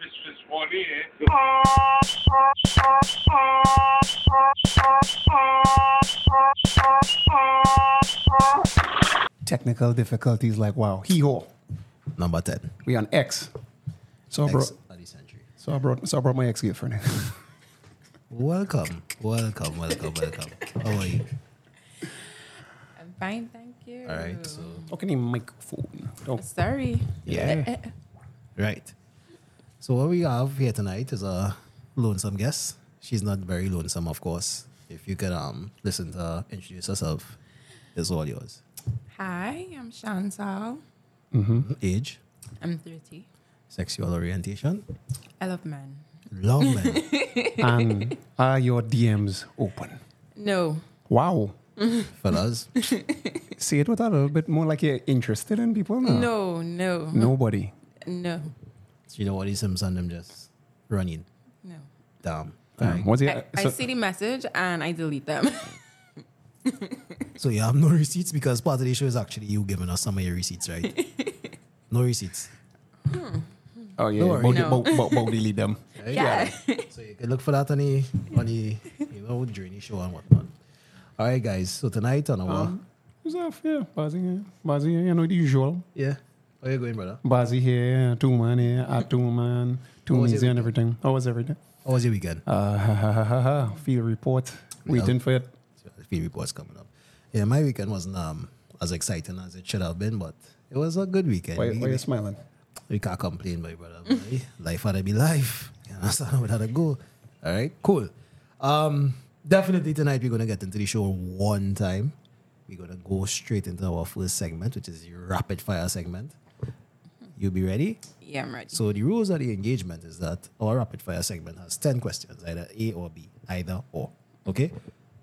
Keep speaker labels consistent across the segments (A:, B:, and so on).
A: is one ear.
B: Technical difficulties like wow. Hee haw.
C: Number 10.
B: We on X. So I brought
C: Next of the century.
B: so I brought so I brought my ex girlfriend.
C: Welcome. Welcome. Welcome. Welcome. How are you?
D: I'm fine, thank you.
C: All right. So,
B: Talking in microphone. Don't
D: Sorry.
C: yeah. Right. So, what we have here tonight is a lonesome guest. She's not very lonesome, of course. If you could um listen to her introduce herself, it's all yours.
D: Hi, I'm Chantal.
C: Age,
D: I'm 30.
C: sexual orientation,
D: I love men.
C: long man.
B: and are your DMs open?
D: No.
B: Wow.
C: Fellas,
B: Say it with a little bit more like you're interested in people
C: Hmm.
B: now.
D: No, no.
B: Nobody.
D: No.
C: you know what? These Simpsons, them just running.
D: No.
C: Damn.
B: Um, was it,
D: I, I
B: so-
D: see the message and I delete them.
C: So you have no receipts because part of the show is actually you giving us some of your receipts, right? no receipts.
B: oh yeah,
C: Don't worry.
B: Bo-
D: No.
B: bo- bo- bo- delete them.
C: right?
D: Yeah.
C: so you can look for that on the on the you know during the show and whatnot. All right, guys. So tonight on our
B: Uh, Who's off? Yeah, Bazzy here. Bazzy here, you know the usual.
C: yeah, how you going, brother?
B: Bazzy here, two man here, I two man, two
C: How was
B: means here and
C: everything?
B: everything. How was everything?
C: How was your weekend?
B: Uh, ha, ha, ha, ha, ha. Field report. Waiting for it.
C: So the field reports coming up. Yeah, my weekend wasn't um as exciting as it should have been, but it was a good weekend.
B: Why,
C: we,
B: why you smiling?
C: we can't complain, my brother. boy. life had to be life. You understand without a go. All right, cool. Um, definitely tonight we're gonna get into the show one time. We're gonna go straight into our first segment, which is the rapid fire segment. You'll be ready?
D: yeah, I'm ready.
C: So the rules of the engagement is that our rapid fire segment has ten questions, either A or B, either or. Okay.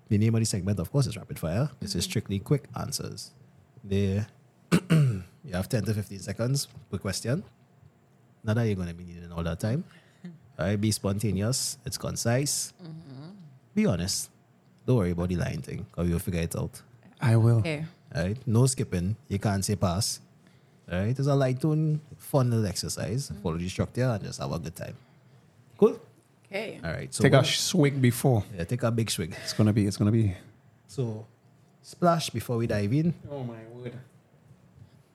C: The name of the segment, of course, is rapid fire. This is strictly quick answers. There, you have ten to fifteen seconds per question. Not that you're gonna be needing all that time. All right, be spontaneous. It's concise. Be honest. Don't worry about the line thing, or you'll figure it out.
B: I will.
D: okay.
C: All right, no skipping. You can't say pass. All right, it's a light tone, fun little exercise. Follow the structure and just have a good time. Cool.
D: Okay.
C: All right. So
B: Take a
C: what-
B: sh- swig before.
C: yeah, take a big swig.
B: It's gonna be. It's gonna be.
C: So splash before we dive in.
B: Oh my word.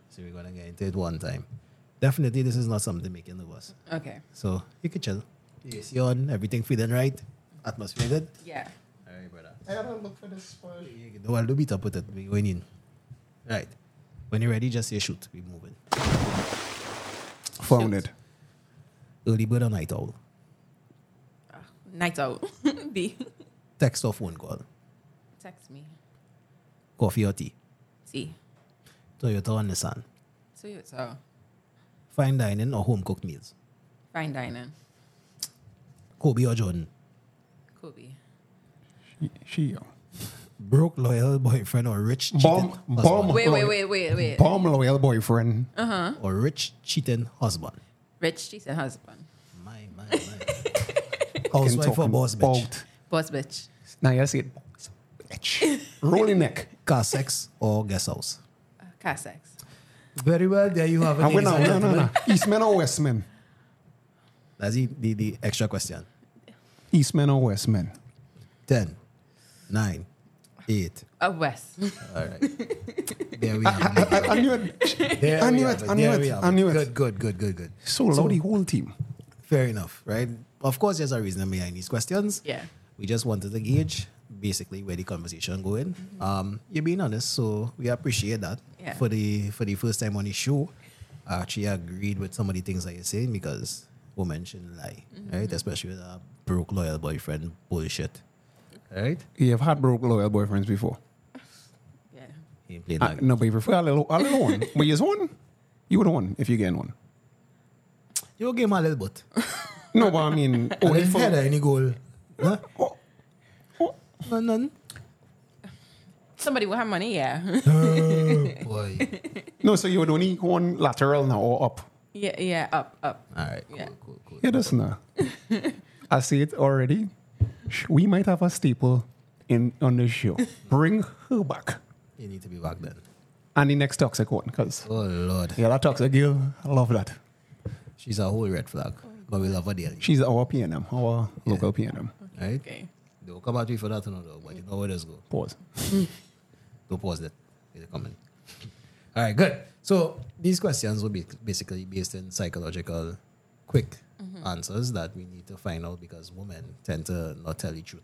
C: So we're gonna get into it one time. Definitely, this is not something making nervous.
D: Okay.
C: So you can chill. Yes, you on everything feeling right, atmosphere good.
D: Yeah.
C: All right, brother.
B: I gotta look for this first.
C: You can do a little bit up with it. We're going in. Right. When you're ready, just say shoot. We're moving.
B: Found it.
C: Early bird or night owl.
D: Night out. B.
C: Text or phone call.
D: Text me.
C: coffee or tea,
D: C.
C: Toyota or Nissan,
D: So you so
C: fine dining or home cooked meals,
D: fine dining.
C: Kobe or Jordan,
D: Kobe.
B: She young.
C: broke loyal boyfriend or rich cheating
B: Bum, bum.
C: husband,
D: Wait, wait,
B: Loyal.
D: wait, wait, wait.
B: Bomb loyal boyfriend.
C: or rich cheating husband.
D: Rich decent husband.
C: My my my. Housewife or boss bitch,
B: Bolt.
D: Boss bitch.
B: Now you see it. Bitch. Rolling neck.
C: car sex or guest house.
D: Uh, car sex.
C: Very well, there you have it.
B: And we're
C: ladies
B: not, Ah,
C: and
B: no, no,
C: gentlemen.
B: no. Eastman or Westman?
C: That's the, the, the extra question.
B: Eastman or Westman?
C: Ten, nine, eight.
D: A West.
C: All right. There we have it.
B: I, I knew it.
C: There
B: I
C: we
B: knew
C: have
B: it, I knew
C: There
B: it,
C: we have
B: I knew it.
C: Good, good, good, good, good.
B: So loud the whole team.
C: Fair enough, right? Of course, there's a reason behind these questions.
D: Yeah.
C: We just wanted to gauge basically where the conversation going. Um, you're being honest, so we appreciate that.
D: Mm-hmm. Yeah.
C: For the for the first time on the show, I actually agreed with some of the things that you're saying because women shouldn't lie,
D: Mm-hmm.
C: right? Especially with a broke loyal boyfriend bullshit, right?
B: You have had broke loyal boyfriends before.
D: Yeah.
C: He ain't playing
B: Uh,
C: that.
B: no, but for a little, a little one. But you're one. You would have one if you get one.
C: You give him a little bit.
B: No, but I mean,
C: Oh,
B: only
C: he
B: for,
C: had any goal? Huh?
B: oh, oh,
C: None, none.
D: Somebody will have money, yeah.
C: Boy.
B: no, so you would only go on lateral now or up.
D: yeah, yeah, up, up.
C: All right. Cool,
D: Yeah.
C: cool, cool.
B: Yeah, that's not. I see it already. Sh- We might have a staple in on this show. Bring her back.
C: You need to be back then.
B: And the next toxic one, because
C: Oh Lord.
B: yeah, that toxic girl, I love that.
D: Oh,
C: She's a whole red flag. but we love her dearly.
B: She's our PNM, our local PNM.
C: Right?
D: Okay.
C: They'll come at me for that, you know, though, but you know where this go.
B: Pause.
C: Don't pause that. It'll come in. All right, good. So these questions will be basically based in psychological, quick
D: Mm-hmm.
C: answers that we need to find out because women tend to not tell the truth.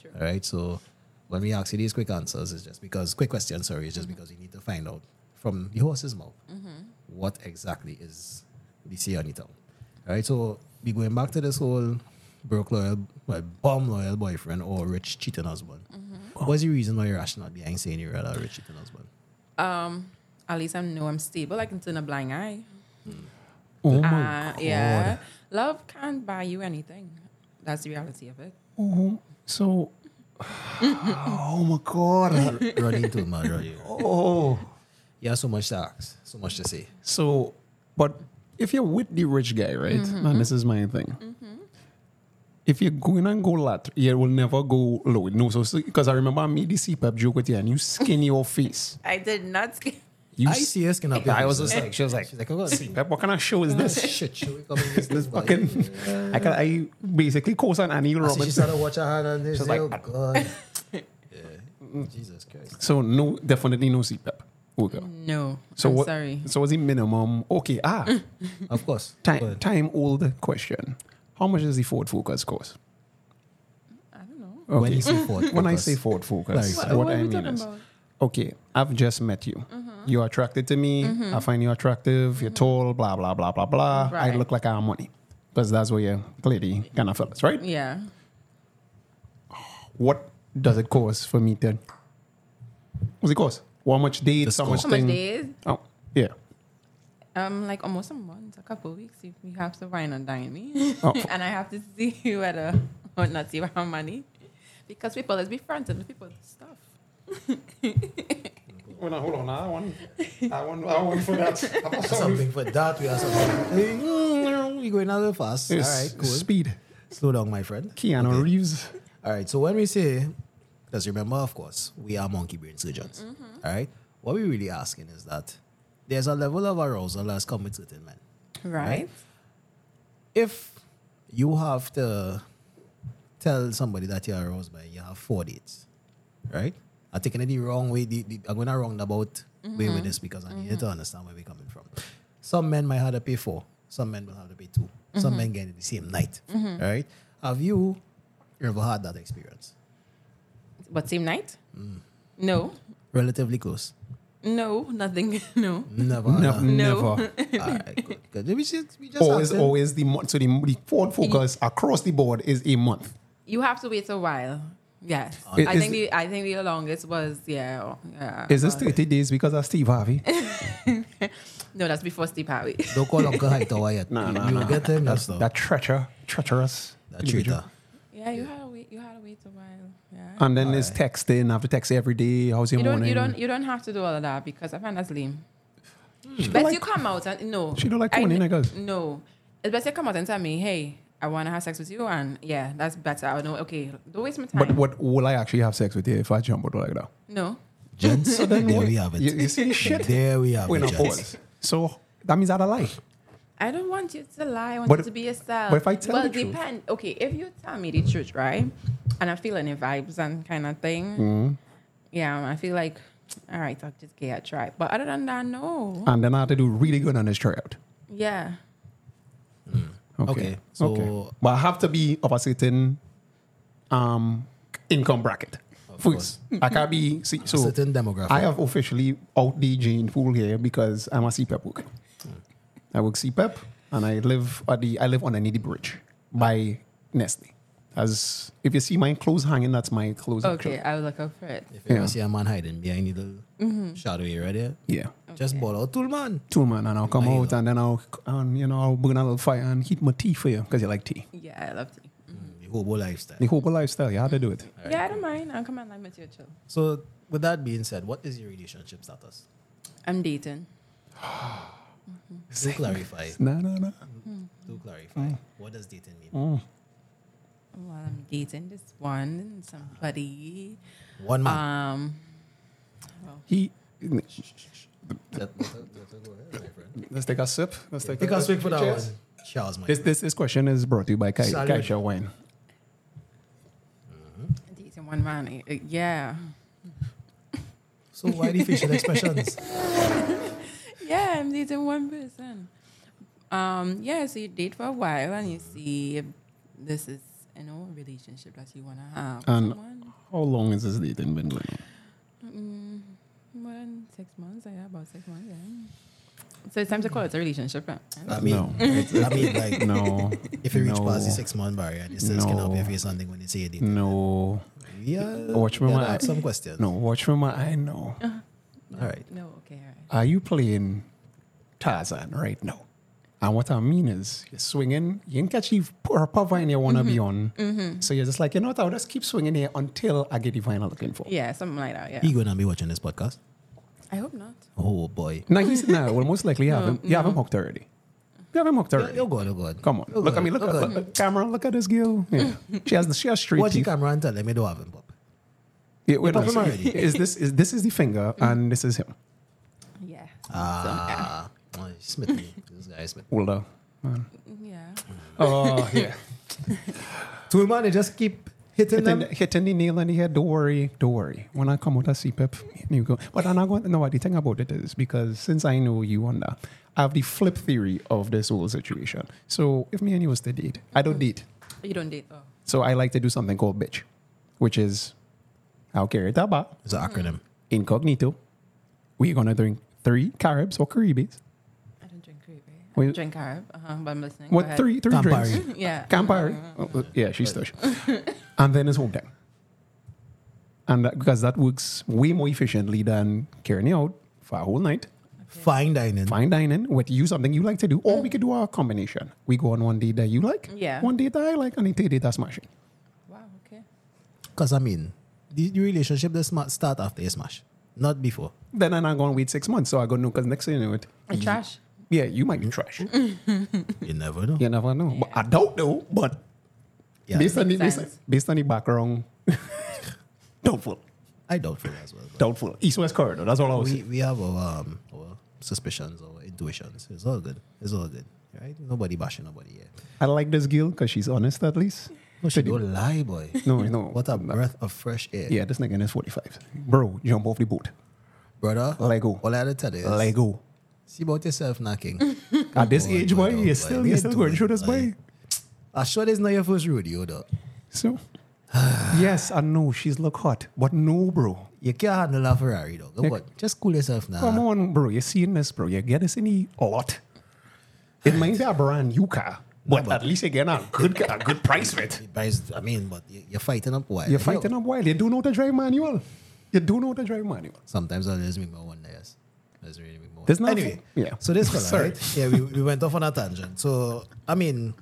D: Sure.
C: All right. So when we ask you these quick answers, it's just because quick questions. Sorry, it's just because you need to find out from the horse's mouth what exactly is the Siani town. All right. So we going back to this whole broke loyal, well, bomb loyal boyfriend or rich cheating husband.
B: Mm-hmm.
C: What's the reason why you're rational behind saying you're rather a rich cheating husband?
D: Um, at least I know I'm stable. I can turn a blind eye.
B: Oh my,
D: Uh, yeah. Love can't buy you anything. That's the reality of it.
B: oh, so, oh my God.
C: Running to mad, running.
B: Oh.
C: You have so much to ask, so much to say.
B: So, but if you're with the rich guy, right?
D: Mm-hmm.
B: And this is my thing. If you're going and go lat, you will never go low. No, so because I remember I made the CPAP joke with you, and you skin your face.
D: I did not. sk-
B: You
C: I see us can help
B: I was just like, she was like,
C: she's like, oh, God, see.
B: "CPAP, what kind of show is this?
C: Shit, should we come in this, this
B: Fucking, I can, I basically co on Annie
C: So she
B: Roberts.
C: started watching her hand and this.
B: She's like,
C: oh God. yeah. Jesus Christ.
B: So no, definitely no CPAP. Okay.
D: No.
B: So
D: Mm, I'm
B: what?
D: sorry. Mm.
B: So what's the minimum? Okay. Ah,
C: Of course.
B: time,
C: But
B: time old question. How much does the Ford Focus cost?
D: I don't know.
B: Okay.
C: When you say Ford
B: When I
C: Focus,
B: say Ford Focus,
C: Clarify.
B: what,
D: What-
B: I
D: what are we
B: mean
D: talking
B: is,
D: about? Mm-hmm.
B: okay, I've just met you. You're attracted to me. I find you attractive. You're tall. Blah blah blah blah blah. I
D: Right.
B: look like I have money because that's what you're clearly kind of fellas, right?
D: Yeah. Mm-hmm.
B: What does it cost for me then? What's it cost? How much dates?
C: The
B: How much
D: How
C: score.
D: much
B: thing?
D: days?
B: Oh, yeah.
D: Um, like almost a month, a couple of weeks. If you have to wine and dine me,
B: Oh.
D: and I have to see whether or not you have money, because people let's be friends and people stuff.
B: Hold on, hold on. I want, I want, I want for that. I'm
C: something for that. We have something. We're going a little fast. All right, cool.
B: Speed.
C: Slow down, my friend.
B: Keanu Reeves.
C: All right, so when we say, because remember, of course, we are monkey brain surgeons. All right, what we're really asking is that there's a level of arousal that's come with certain men.
D: Right.
C: If you have to tell somebody that you're aroused by, you have four dates, right? I'm taking it the wrong way. The, the, I'm going to roundabout way with this because I need you to understand where we're coming from. Some men might have to pay four. Some men will have to pay 2 Some men get it the same night, all right? Have you ever had that experience?
D: But same night? Mm. No.
C: Relatively close.
D: No. Nothing. no.
C: Never.
B: No,
D: No.
B: Never.
C: All right, good. good. We just, we just
B: always,
C: asked him.
B: always the month. So the, the Ford Focus across the board is a month.
D: You have to wait a while. Yes.
B: Is-
D: I
B: Oh, is-
D: think the I think the longest was yeah. oh, yeah
B: Is this
D: uh,
B: 30 days because of Steve Harvey?
D: No, that's before Steve Harvey.
C: Don't call Uncle Hightower yet.
B: No, no,
C: you
B: no.
C: will get him. That's
B: that treacher, treacherous.
C: that traitor.
D: yeah, you had to wait. You had to wait a while. Yeah.
B: And then there's texting. I have to text every day. How's your
D: you don't.
B: morning?
D: You don't. You don't have to do all of that because I find that's lame. But
B: Hmm. like-
D: you come out and no.
B: She don't like
D: I-
B: corny niggas.
D: No, it's better come out and tell me, hey, I want to have sex with you, and yeah, that's better. I know. Okay, don't waste my time.
B: but what will I actually have sex with you if I jump out like that?
D: No.
C: Gents, there we have it.
B: You, you see this shit?
C: There we have
B: Wait, no,
C: it. Gents.
B: pause. So that means I'd lie.
D: I don't want you to lie. I want
B: But-
D: you to be yourself.
B: but if I tell
D: well,
B: the truth-
D: depend. Okay, if you tell me the truth, right, and I'm feeling the vibes and kind of thing,
B: Mm-hmm.
D: yeah, I feel like, all right, I'll just give it a try. But other than that, no.
B: And then I have to do really good on this tryout.
D: Yeah.
B: Okay.
C: Okay, so-
B: But I have to be of a certain um, income bracket.
C: course.
B: First, I can't be. See, so
C: certain demographic.
B: I have officially out the Jane pool here because I'm a CPEP worker.
C: Hmm.
B: I work CPEP and I live at the I live on a needy bridge by Nestle. As if you see my clothes hanging, that's my clothes.
D: Okay,
B: actually.
D: I'll look out for it.
C: if you
B: yeah.
C: ever see a man hiding behind a little
B: Mm-hmm.
C: shadowy right there,
B: Yeah.
C: just
D: Okay.
C: ball out to the man.
B: Two man, and I'll come
C: I
B: out, and then I'll, and, you know, I'll burn a little fire and heat my tea for you because you like tea.
D: Yeah, I love tea.
C: Mm, The hobo lifestyle.
B: The whole lifestyle, you had to do it.
D: yeah, I don't mind. I'll come and I'm with you, chill.
C: So, with that being said, what is your relationship status?
D: I'm dating.
C: To clarify,
B: No, no, no.
C: to clarify, what does dating mean?
D: Well, I'm dating this one, somebody.
B: Mm.
C: One
B: Uh,
C: man.
B: Ah.
D: Um,
B: He.
C: Let- let her- let her go ahead, my friend.
B: Let's take a sip. Let's take
C: Take a swig for that
B: Cheers.
C: one. Charles Michael.
B: This, this, this question is brought to you by Kai,
C: Salud.
B: Kaisha Wine.
D: These in one man. eh, Yeah.
C: So why the facial expressions?
D: Yeah, I'm dating one person. Um, yeah, so you date for a while and you see if this is you know a relationship that you wanna have. with
B: And-
D: someone.
B: How long has this dating been going on?
D: Mm, more than six months, yeah, about six months, yeah. So it's time to call it a relationship. Right?
C: I mean,
B: No.
C: I mean, like,
B: No.
C: if you reach
B: no,
C: past the six month barrier and you still skin up your face something when you see it,
B: No.
C: yeah,
B: Watch my
C: gotta
B: mind.
C: ask some questions.
B: No, watch from my eye. No.
C: Uh-huh. all right.
D: No, okay, all right.
B: Are you playing Tarzan right now? And what I mean is, you're swinging, you ain't catch the poor vine you want to be
C: Mm-hmm.
B: on. So you're just like, you know what, I'll just keep swinging here until I get the vine I'm looking for.
D: Yeah, something like that. Yeah.
C: He gonna be watching this podcast.
D: I hope not.
C: Oh boy,
B: No, he's no. Well, most likely you have him. You have him hooked already. You have him hooked already.
C: oh god, oh god.
B: Come on, look at me. Look at look, look- camera. Look at this girl. Yeah. she has the she has street
C: Watch the
B: teeth.
C: camera and tell him I don't have him, Bob.
B: Yeah, wait,
C: pop
B: no,
C: him
B: so-
C: already.
B: is this is this is the finger and this is him?
D: Yeah.
C: Ah, oh, he smit me. This guy smit. me.
B: Older. man.
D: Yeah.
B: Oh yeah.
C: Two man, they just keep hitting
B: hitting,
C: them.
B: hitting the nail on the head. Don't worry, don't worry. When I come out of CPEP, you go. But I'm not going. No, the thing about it is because since I know you on that, I have the flip theory of this whole situation. So if me and you was to date, I don't date.
D: You don't date. Oh.
B: So I like to do something called bitch, which is I'll carry taba
C: It's an acronym.
B: incognito. We're gonna drink three Caribs or Caribbees.
D: I don't drink grape. eh? I
B: Wait.
D: don't drink Arab, uh-huh, but I'm listening. Go
B: What
D: ahead. Mm-hmm.
B: three three
C: Campari.
B: drinks?
D: Yeah.
B: Campari. Oh, uh, yeah, she's stush. and then it's home time. And that, because that works way more efficiently than carrying it out for a whole night,
C: Fine dining.
B: fine dining, with you something you like to do, or we could do a combination. We go on one date that you like,
D: Yeah.
B: one date that I like, and a third date that's smashing.
D: Wow. Okay.
C: Because I mean, the, the relationship does sma- start after a smash, not before.
B: Then I'm not going to wait six months, so I go no, because next thing you know it,
D: And trash.
B: yeah, you might be trash.
D: Mm-hmm.
C: You never know.
B: You never know. But I don't know, but
C: Yeah,
B: based, on the,
D: Makes
B: based, on,
D: sense.
B: based on the background, doubtful.
C: I doubt for as well. but
B: Doubtful. East West Corridor, that's all I was
C: we, we have our, um, our suspicions, our intuitions. It's all good. It's all good. Right? Nobody bashing nobody here.
B: I like this girl because she's honest at least.
C: No, she don't lie, boy.
B: No, no.
C: What a breath of fresh air.
B: Yeah, this nigga is 45. Bro, jump off the boat.
C: Brother,
B: Lego.
C: all I had to tell you is,
B: Lego.
C: see about yourself knocking.
B: At this
C: Boy,
B: age,
C: boy,
B: boy,
C: oh,
B: you're
C: boy.
B: still,
C: We
B: you're
C: are
B: still going
C: doing
B: through this,
C: it,
B: boy.
C: boy. I sure this not your first rodeo, though.
B: So, yes, I know she's look hot, but no, bro.
C: You can't handle a Ferrari, though. Go on. Just cool yourself now.
B: Come on, bro. You're seeing this, bro. You get this in the lot. It might be a brand new car, but, at least you get a good, ca- a good price for it.
C: Guys, I mean, but you- you're fighting up wild.
B: You're fighting up wild. You do know how to drive manual. You do know how to drive manual.
C: Sometimes I just make my one yes. That's really make my
B: There's
C: wonder.
B: nothing-
C: Anyway,
B: yeah.
C: So this fella,
B: Sorry.
C: right? Yeah, we, we went off on a tangent. So I mean,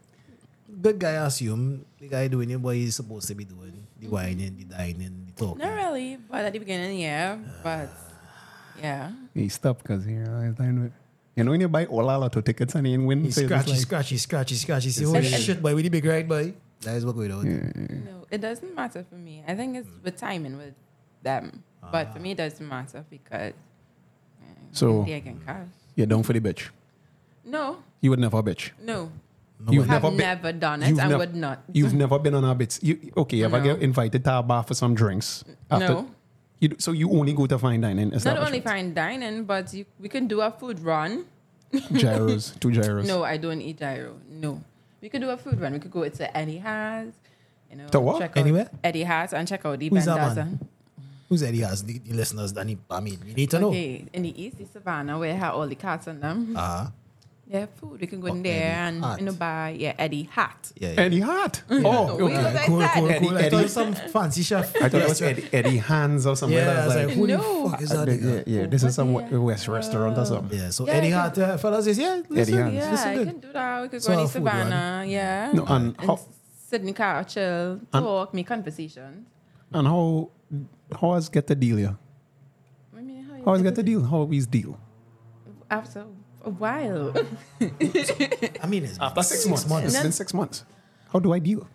C: good guy. I assume the guy doing it what he's supposed to be doing: the whining, the dining, the talking.
D: Not really, but at the beginning, yeah. But yeah.
B: He stopped because he realized I knew it. You know when you buy all our lotto tickets and you ain't win,
C: He
B: so you're just
C: scratchy, scratchy, scratchy, scratchy. See, holy
D: And- and-
C: shit, boy, we the big right, boy. That is what we do.
B: Hmm.
D: No, it doesn't matter for me. I think it's with timing with them. But for me, it doesn't matter because
B: So-
D: they can cash.
B: you're down for the bitch.
D: No,
B: You would never bitch.
D: no.
B: You've
D: have
B: never
D: never,
B: been-
D: done it.
B: you've
D: I
B: nev-
D: would not.
B: You've never been on our bits. You, okay, you ever
D: No.
B: get invited to a bar for some drinks?
D: No.
B: You, do- so you only go to fine dining
D: Not only
B: establishments?
D: fine dining, but you, we can do a food run.
B: gyros, two gyros.
D: No, I don't eat gyro. No. We could do a food run. We could go to Eddie Has. You know,
B: To what?
D: Check
C: Anywhere?
D: Out Eddie Has and check out the
C: Who's that
D: vendors
C: man?
D: and-
C: Who's Eddie has the, the listeners? Danny, I mean, we need to know.
D: Okay, in the East, the Savannah, where have all the cats on them.
C: Ah,
D: Yeah, food. We can go
C: Oh,
D: in there
C: Eddie
D: and
C: Hart.
D: you know buy yeah Eddie Hat.
C: yeah. yeah.
B: Eddie Hart. Oh,
D: We
B: okay.
D: look-
C: cool,
D: like
C: cool,
B: that.
C: cool. I
B: Eddie-
C: thought it was some fancy chef.
B: I thought it was Eddie, Eddie Hands or something.
C: Yeah, I was like, who
D: No.
C: the fuck is that?
B: yeah,
C: nigga?
B: uh, yeah, yeah, this is some
D: What the
B: West restaurant or something.
C: Yeah, so
D: Yeah,
C: Eddie
D: I
C: Hart, uh, fellas, is yeah. Listen,
B: Hart.
D: Yeah,
C: listen
D: I
C: good.
D: can do that. We could
C: So
D: go in
C: our
D: the
C: food run.
D: Savannah. Yeah.
B: No, and
D: And
B: how,
D: Sydney car, chill, talk, make conversation.
B: and how how has get the deal here?
D: I mean, how you
B: How has
D: get
B: get the deal? How is deal?
D: after a while?
C: I mean, it's
B: After six, months. It's
D: Then-
B: been six months. How do I deal?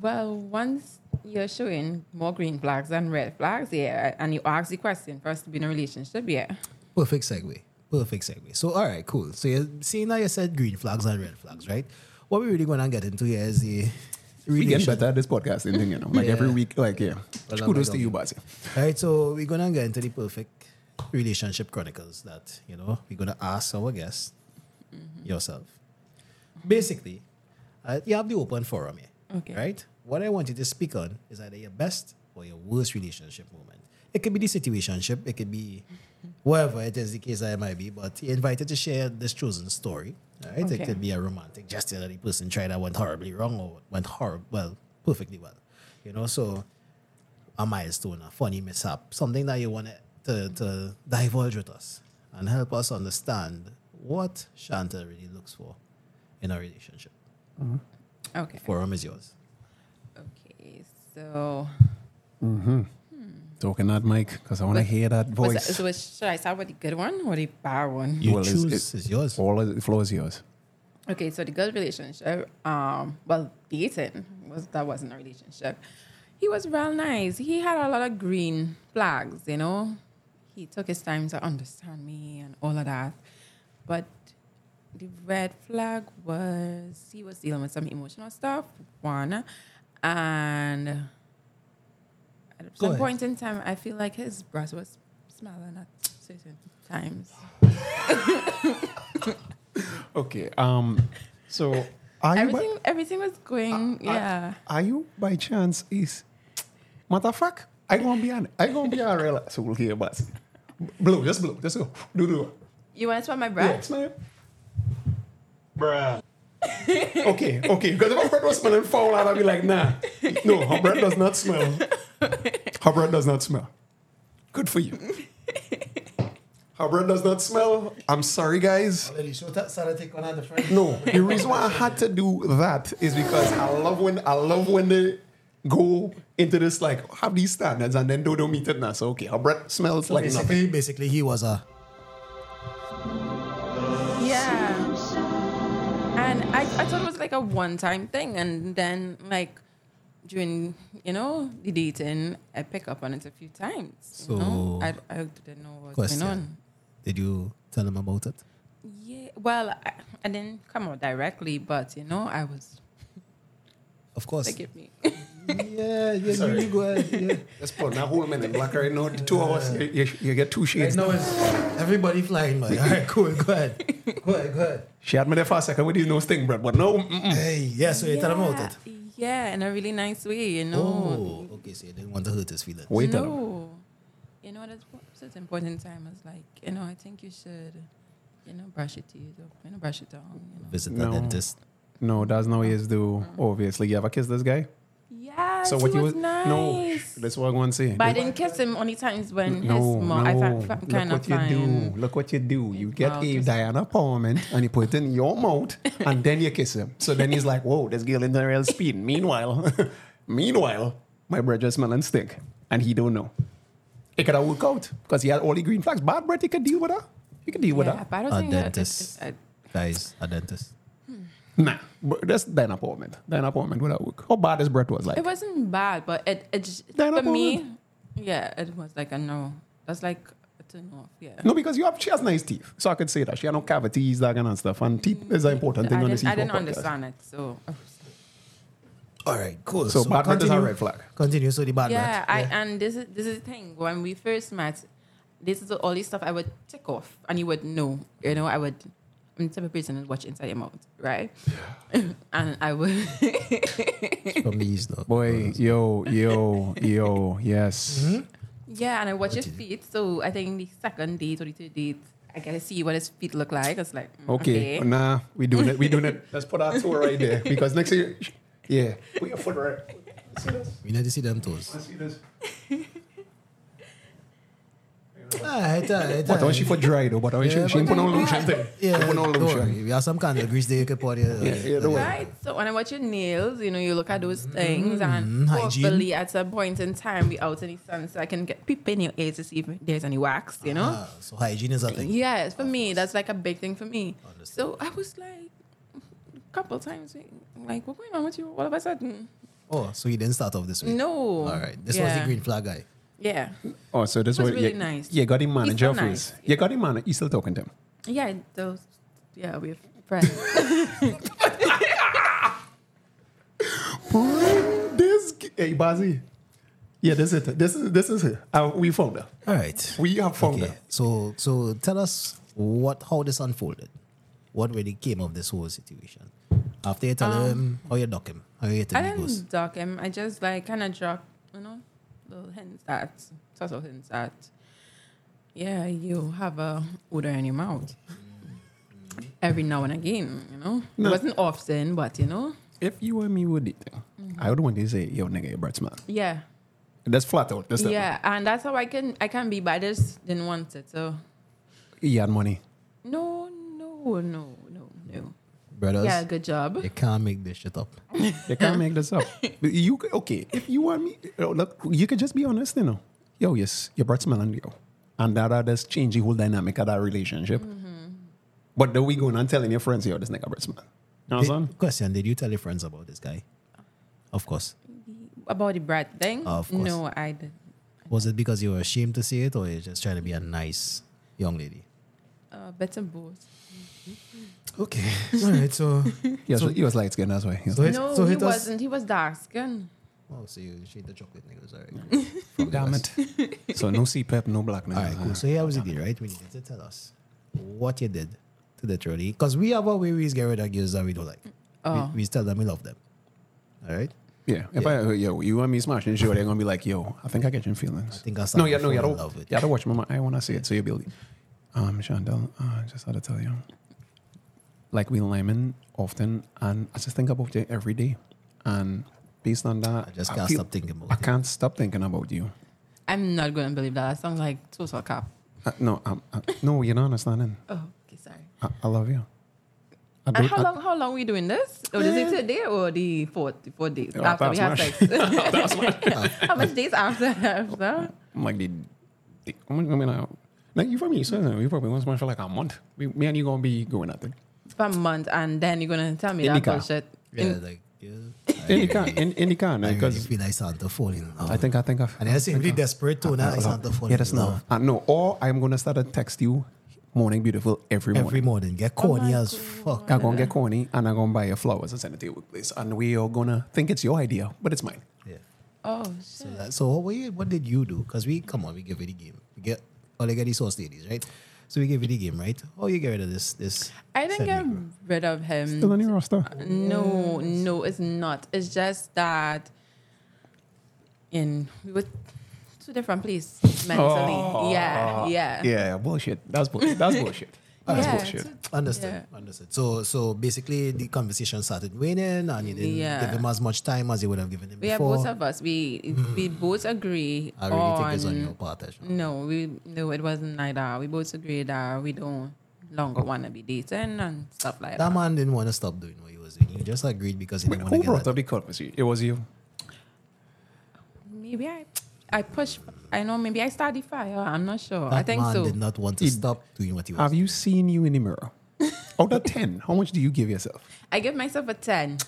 D: well, once you're showing more green flags than red flags, yeah, and you ask the question first to be in a relationship, yeah.
C: Perfect segue. Perfect segue. So, all right, cool. So, you're seeing that you said green flags and red flags, right? What we're really going to get into here is the
B: We
C: relation-
B: get better at this podcasting thing, you know. Like every
C: Yeah.
B: week, like yeah.
C: Well,
B: Kudos to
C: I'm not
B: you,
C: gonna-
B: Bazi.
C: All right, so we're gonna get into the perfect relationship chronicles that you know we're gonna ask our guests
D: Mm-hmm.
C: yourself. Basically, uh, you have the open forum here,
D: Okay.
C: right? What I want you to speak on is either your best or your worst relationship moment. It could be the situationship, it could be whatever it is the case that it might be, but you're invited to share this chosen story. All right, it
D: Okay.
C: could be a romantic gesture that the person tried that went horribly wrong or went horrible, well, perfectly well, you know. So a milestone, a funny mishap, something that you want to, to divulge with us and help us understand what Shanta really looks for in a relationship.
D: Okay.
C: Forum is yours.
D: Okay. So,
B: Talking that mic because I want to hear that
D: what's
B: voice.
D: that- so should I start with the good one or the bad one?
C: You
B: Well, it's-
C: choose
B: it's-
C: is yours.
B: All of the floor is yours.
D: Okay, so the good relationship, um, well, dating was that wasn't a relationship. He was real nice. He had a lot of green flags, you know. He took his time to understand me and all of that. But the red flag was he was dealing with some emotional stuff, one, and at
C: Go
D: some
C: ahead.
D: point in time, I feel like his breath was smelling at certain times.
B: Okay. Um. So are you Uh, by,
D: Everything, everything was going, yeah.
B: are you by chance is matter of fact? I gonna be an I gonna be a real asshole here, but blow, just blow, just go. Do do.
D: You want to smell my breath?
B: Yeah, smell it. Bruh. okay, okay. Because if her breath was smelling foul, I'd be like, nah. No, her breath does not smell. Her breath does not smell. Good for you. Her breath does not smell. I'm sorry, guys. No, the reason why I had to do that is because I love when I love when they go into this like have these standards and then they don't meet it now. So okay, her breath smells like nothing.
C: Basically, basically, he was a.
D: Yeah. And I, I thought it was like a one time thing. And then, like, during, you know, the dating, I pick up on it a few times.
C: So,
D: you know? I, I didn't know what was
C: question.
D: going on.
C: Did you tell him about it?
D: Yeah. Well, I, I didn't come out directly, but, you know, I was,
C: Of course.
D: forgive me.
C: Yeah, yeah, you,
B: Sorry.
C: you go ahead. Yeah.
B: That's for now whole minute black right now. The two hours you, you, you get two shades.
C: Right now it's everybody flying, man. All right, cool. Go ahead. Go ahead. Go ahead.
B: She had me there for a second with these nose thing, Brad, but no. mm-mm.
C: Hey, yeah. So you tell him about it.
D: Yeah, in a really nice way, you know.
C: Oh, okay. So you didn't want to hurt his feelings.
B: Wait a minute.
D: no. You know, that's what- such an important time. It's like, you know, I think you should, you know, brush your teeth or, you know, brush your tongue, you know.
C: Visit
B: No.
C: the dentist.
B: No, that's not what he's do. Obviously, you ever kiss this guy?
D: Yes,
B: so what
D: he
B: you
D: was nice.
B: No, that's what I want to say.
D: but I didn't kiss him only times when his
B: no,
D: mom.
B: no.
D: I found
B: Look
D: kind
B: what
D: of
B: you do.
D: fine.
B: Look what you do. You get
D: Wow,
B: a
D: just-
B: Diana Powerman and you put it in your mouth and then you kiss him. So then he's like, whoa, this girl in the real speed. Meanwhile, meanwhile, my bread just smell and stink and he don't know. It could have worked out because he had all the green flags. Bad bread, he could deal with her. He could deal with
D: Yeah,
B: her.
D: but I don't
C: A
D: think that- it's-
C: dentist.
D: it's-
C: Guys, a dentist.
B: Nah, but that's Diana Powerman. Diana Powerman would have worked. How bad his bread was like.
D: it wasn't bad, but it it just,
B: Then
D: for
B: I'm
D: me, yeah, it was like a no. That's like a turn off. Yeah.
B: No, because you have she has nice teeth, so I could say that she had no cavities, that kind of stuff. And teeth is an important thing
D: I
B: on the
D: didn't,
B: C4
D: I didn't
B: podcast.
D: understand it, so
C: All right, cool.
B: So bad breath is a red flag.
C: Continue. So the bad
D: yeah.
C: breath.
D: I and this is this is the thing. When we first met, this is the only stuff I would tick off, and you would know. You know, I would. I'm the type of person that watch inside your mouth, right? and I would.
C: from the east though.
B: Boy, yo, yo, yo, yes.
D: Yeah, and I watch his
C: did
D: feet. So I think the second date or the third date, I gotta see what his feet look like. It's like mm,
B: Okay, nah, we doing it. We doing it. Let's put our toe right there because next year, yeah, put your foot right. See this?
C: We need to see them toes.
B: Let's see this.
C: All right, all right.
B: But don't she foot dry though? But don't she, she ain't put no lotion thing.
C: Yeah,
B: she put no
C: don't worry.
B: lotion.
C: If you have some kind of grease there, you could put it.
B: Yeah, yeah, don't worry.
D: Right. So when I watch your nails, you know, you look at those things,
C: Mm,
D: and
C: hygiene.
D: hopefully at some point in time, we out in the sun, so I can get peep in your ears to see if there's any wax. You know.
C: Ah, so hygiene is a thing.
D: Yes, for me, that's like a big thing for me.
C: Understood.
D: So I was like, a couple times, like, what's going on with you? All of a sudden,
C: Oh, so you didn't start off this way.
D: no.
C: All right. This was
D: yeah.
C: the green flag guy.
D: Yeah.
B: Oh, so this
D: was
B: what-
D: really
B: yeah,
D: nice.
B: Yeah, got him manager
D: still nice.
B: first. You got him manager. You still talking to him?
D: Yeah, those. Yeah, we're friends.
B: this, g- hey, Bazzy. Yeah, this is it. This is this is it. Uh, we found her.
C: All right.
B: We have found
C: Okay.
B: her.
C: So so tell us what how this unfolded. What really came of this whole situation? After you tell him how you dock him, how you
D: Um, I
C: tell him goes.
D: didn't dock him. I just like kind of dropped, you know, little hints that, subtle hints that, yeah, you have a odor in your mouth every now and again, you know.
B: No.
D: It wasn't often, but you know,
B: If you were me, would it? I would want to say, yo, nigga, your breath man.
D: yeah,
B: That's flat out. That's yeah.
D: yeah, and that's how I can I can be. But I just didn't want it. So
B: He had money.
D: no, no, no, no, no.
C: Brothers,
D: Yeah, good job.
C: you can't make this shit up.
B: You can't make this up. But you c- okay? If you want me, oh, look, you could just be honest, you know. Yo, yes, your breath smell and yo, and that that does change the whole dynamic of that relationship. But then we going and telling your friends, yo, this nigga breath smell. You know what I'm saying?
C: Did- question: Did you tell your friends about this guy? Of course.
D: About the bread thing,
C: Of course.
D: no, I didn't.
C: Was it because you were ashamed to say it, or you're just trying to be a nice young lady?
D: Uh, better both.
C: Okay. All right. So
B: He was, he was light skinned, that's why. He was
C: so hit,
D: No,
C: so
D: he
C: hit us.
D: wasn't. He was dark skinned.
C: Oh, so you shade the chocolate niggas, all right. From the
B: Damn
C: West.
B: it. so no CPAP, no black man.
C: All right, cool. So here was the deal, right? When you did tell us what you did to literally, because we have our way we get rid of girls that we don't like.
D: Oh.
C: We, we tell them we love them. All right.
B: Yeah. If I uh, yo, you want me smashing sure they're gonna be like, yo, I think I get your feelings. I
C: think I
B: No, yeah, no,
C: fall
B: you
C: in
B: don't
C: love with
B: you gotta watch my mind. I wanna see it. So you'll be like, um, Chandel, uh, just had to tell you. Like we lemon often and I just think about you every day. And based on that
C: I just can't
B: feel-
C: stop thinking about
B: I
C: it.
B: can't stop thinking about you.
D: I'm not going to believe that. That sounds like total cap.
B: Uh, no, um, uh, no, you're not understanding.
D: Oh, okay, sorry.
B: I, I love you. I
D: And
B: don't-
D: how
B: I-
D: long? How long we doing this? Or is it today or the four, the four days
B: Yeah,
D: after we have
B: that's
D: sex? how much days after? after?
B: I'm like, the, the, I mean, I mean, I, like you probably, so, you probably want someone for like a month. We, me and you gonna be going at it.
D: It's about a month, and then you're gonna tell me
B: In
D: that
B: the car.
D: bullshit.
C: Yeah,
D: In-
C: like yeah.
B: In the car, in, in the car,
C: I really
B: because
C: feel like Santa falling in love.
B: I think I think I've.
C: and I see really desperate too. Now Santa falling
B: yeah, that's
C: in
B: not.
C: love.
B: Uh, no, or I'm gonna start to text you, morning beautiful every morning.
C: Every morning, get corny
D: Oh my
C: as fuck.
B: I'm gonna get corny and I'm gonna buy you flowers and send it to your workplace, and we are gonna think it's your idea, but it's mine.
C: Yeah.
D: oh
C: So,
D: shit!
C: that, so what, were you, what did you do? Because we come on, we give it the game. We get all they get these horse ladies, right? So we give it the game, right? Oh, you get rid of this this.
D: I didn't get
C: segment.
D: rid of him.
B: Still on your roster.
D: No, no, it's not. It's just that in we were two different places mentally. yeah, yeah,
B: Oh. Yeah, bullshit. That's bullshit. That's bullshit. That's
D: Yeah,
B: bullshit.
D: two-
C: Understood. Understood. So so basically the conversation started waning and you didn't
D: Yeah.
C: give him as much time as you would have given him
D: We are
C: before.
D: both of us. We we both agree
C: I really
D: on,
C: think it's on your part, actually.
D: No, we no, it wasn't like that. We both agreed that we don't longer want to be dating and stuff like
C: That
D: that.
C: man didn't want to stop doing what he was doing. He just agreed because he didn't want to
B: Who
C: get
B: brought
C: that.
B: up the conversation? It was you.
D: Maybe I, I push. I know. Maybe I started the fire. I'm not sure. I
C: That
D: think
C: man
D: so.
C: did not want to stop doing what he was
B: Have you seen you in the mirror? Out of ten, how much do you give yourself?
D: I give myself a ten.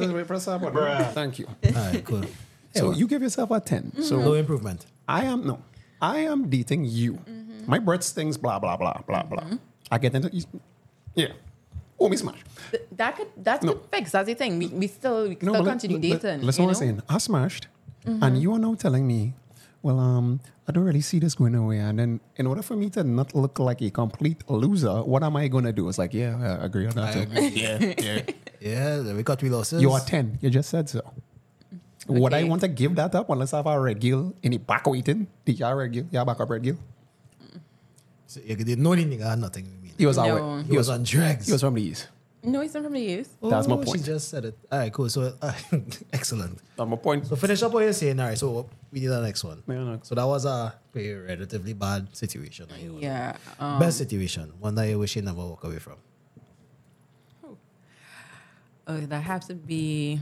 B: Thank you.
C: doing. All right, cool.
B: So you give yourself a 10. So
C: no improvement.
B: I am no. I am dating you.
D: Mm-hmm.
B: My breath stings, blah, blah, blah, blah, blah. I get into Yeah. Oh, me smash.
D: Th- That could that
B: No.
D: could fix. That's the thing. We, we still we still
B: but li-
D: continue
B: li- li-
D: dating.
B: Listen
D: you
B: what I'm
D: know? Mm-hmm.
B: saying. I smashed, and you are now telling me, well, um, I don't really see this going away. And then, in order for me to not look like a complete loser, what am I going to do? It's like, yeah, I agree on that. too.
C: yeah, yeah. Yeah, we got three losses.
B: You are 10. You just said so. Would I
D: Mm-hmm. Okay.
B: want to give that up unless I have a regular in the back waiting? The yard regular, yeah, back up regular.
C: So you didn't know anything. I had nothing. with me.
B: He was
D: No.
B: our,
C: He was on drugs.
B: he was from the East.
D: No, it's not from the youth.
B: That's my
C: Oh,
B: point.
C: She just said it. All right, cool. So uh, excellent.
B: That's my point.
C: So finish up what you're saying. All right, so we need the next one.
B: Yeah, next.
C: So that was a pretty relatively bad situation. I hear.
D: Yeah. Um,
C: Best situation, one that you wish you never walk away from.
D: oh, that has to be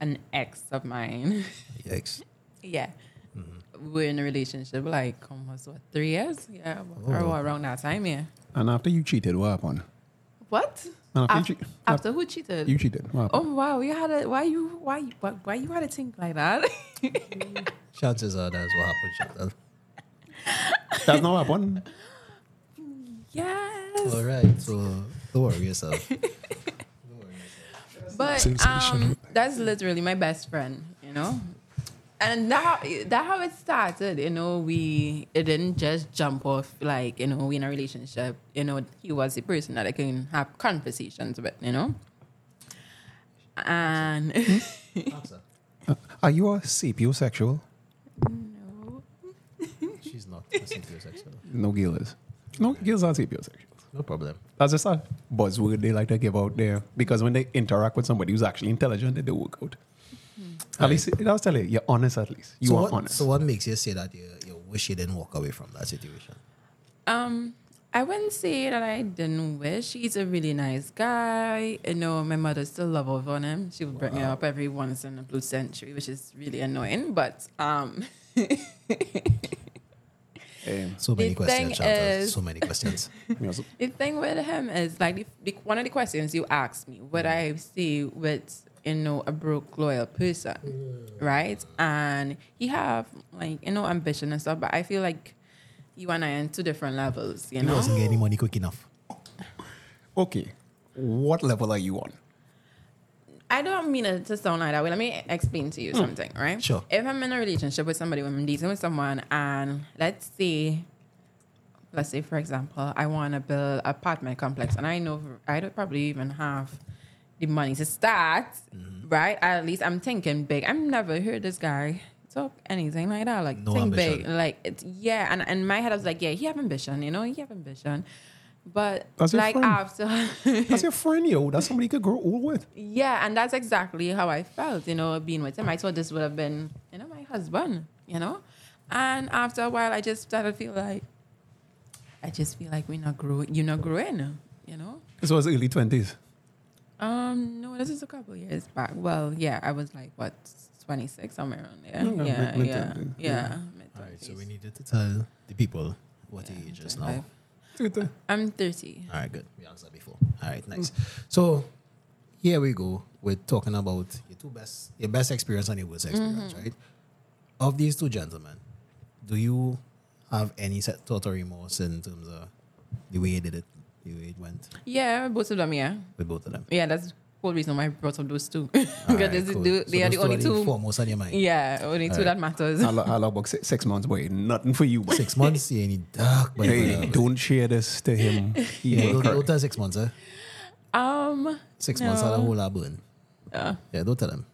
D: an ex of mine.
C: Yikes.
D: Yeah. We're in a relationship like almost what three years? Yeah, or around that time. Yeah.
B: And after you cheated, what happened?
D: What?
B: No,
D: Af-
B: you che-
D: after who cheated?
B: You cheated. What happened?
D: oh wow, you had a why you why you why, why you had a think like that?
C: Chances are that's what happened. Chantal.
B: Oh. That's not what happened.
D: Yes.
C: All right, so don't worry yourself.
D: But
B: Sensational.
D: um, that's literally my best friend, you know. And that that how it started, you know. We it didn't just jump off like you know we in a relationship. You know, he was the person that I can have conversations with, you know. And
C: Answer.
B: Uh, are you a sapiosexual?
C: She's not a sapiosexual.
B: No, Gail is. No, Gails are sapiosexual.
C: No problem.
B: That's just a buzzword they like to give out there because when they interact with somebody who's actually intelligent, they do work out. At least, I was telling you, you're honest at least. You
C: so
B: are
C: what,
B: honest.
C: So what makes you say that you, you wish you didn't walk away from that situation?
D: Um, I wouldn't say that I didn't wish. He's a really nice guy. You know, my mother still love over on him. She would bring me up every once in a blue century, which is really annoying. But um,
B: Um,
C: So many
D: The
C: questions,
D: thing
C: Chantal.
D: is-
C: so many questions.
B: you know, so-
D: the thing with him is like the, the, one of the questions you asked me, what I see with you know a broke loyal person, right? And he have like you know ambition and stuff, but I feel like you and I are on two different levels. You
C: He
D: know,
C: wasn't getting money quick enough.
B: okay, what level are you on?
D: I don't mean it to sound like that. Well, let me explain to
B: Hmm.
D: you something, right?
C: Sure.
D: If I'm in a relationship with somebody, when I'm dating with someone, and let's say, let's say for example, I want to build an apartment complex, and I know I don't probably even have the money to start,
B: Mm-hmm.
D: right? At least I'm thinking big. I've never heard this guy talk anything like that. Like
C: No
D: think big,
C: ambition.
D: like it's, yeah. And in my head, I was like, yeah, he have ambition, you know, he have ambition, but
B: That's your
D: like
B: friend.
D: after.
B: That's your friend, yo. That's somebody you could grow old with.
D: Yeah, and that's exactly how I felt, you know, being with him. I thought this would have been, you know, my husband, you know? And after a while, I just started to feel like, I just feel like we're not growing, you're not growing, you know?
B: This was early 20s.
D: Um, no, this is a couple years back. Well, yeah, I was like, what, 26, somewhere around there.
B: Mm,
D: yeah,
B: mid- mid-
D: yeah,
B: mid-
D: yeah,
C: All right,
D: mid-twenties.
C: so we needed to tell the people what the age is now.
D: I'm 30.
C: All right, good. We answered before. All
D: Mm.
C: right, nice. So here we go. We're talking about your two best, your best experience and your worst experience,
D: Mm-hmm.
C: right? Of these two gentlemen, do you have any set thought or remorse in terms of the way you did it, the way it went
D: Yeah, both of them, yeah.
C: with both of them?
D: Yeah, that's the whole reason why I brought up those two. Because
C: All right,
D: this is
C: Ah, cool.
D: the-
C: So
D: they are the
C: those
D: only two.
C: foremost on your mind.
D: Yeah, only two
C: Alright.
D: that matters.
C: Um,
B: I love, I love about six, six months, boy. Nothing for you, boy.
C: Six months, you need dark, but
B: Hey, don't share this to him. He
C: yeah,
B: will
C: don't,
B: cry.
C: don't tell six months, eh?
D: Um,
C: Six months, I'll
D: No. Ah.
C: whole lot burn.
D: Yeah.
C: Yeah, don't tell them.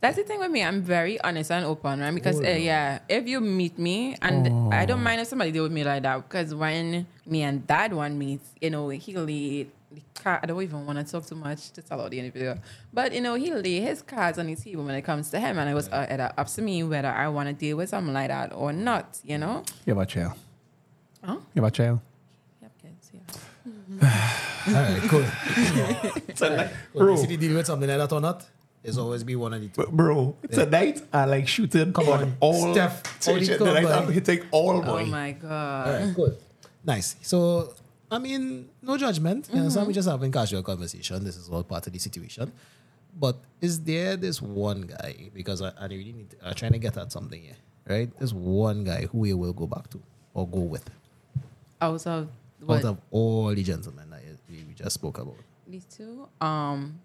D: that's the thing with me. I'm very honest and open, right? Because
C: Oh,
D: uh,
C: no.
D: yeah, if you meet me, and I don't mind if somebody deal with me like that, because when me and that one meets, you know, he lay the car. I don't even want to talk too much to tell out the individual, but you know, he lay his cards on the table when it comes to him, and it was uh, it up to me whether I want to deal with something like that or not. You know?
B: You have a child.
D: Huh?
B: You have a child.
D: Yep, kids. Yeah.
C: All right, cool. Well,
B: Bro.
C: you see the deal with something like that or not? There's always be one of the two.
B: But bro, tonight I like shooting
C: Come on,
B: all Oh,
C: Steph, all
B: Tonight
C: the come
B: I'm
C: by.
B: hitting all
D: Oh
B: boy.
D: my god.
C: All right, cool. Nice. So, I mean, no judgment. You
D: Mm-hmm.
C: understand? We're just having casual conversation. This is all part of the situation. But is there this one guy? Because I, I really need. To, I'm trying to get at something here, right? There's one guy who you will go back to or go with
D: Out of uh, what?
C: out of all the gentlemen that you- we we just spoke about.
D: These two, um,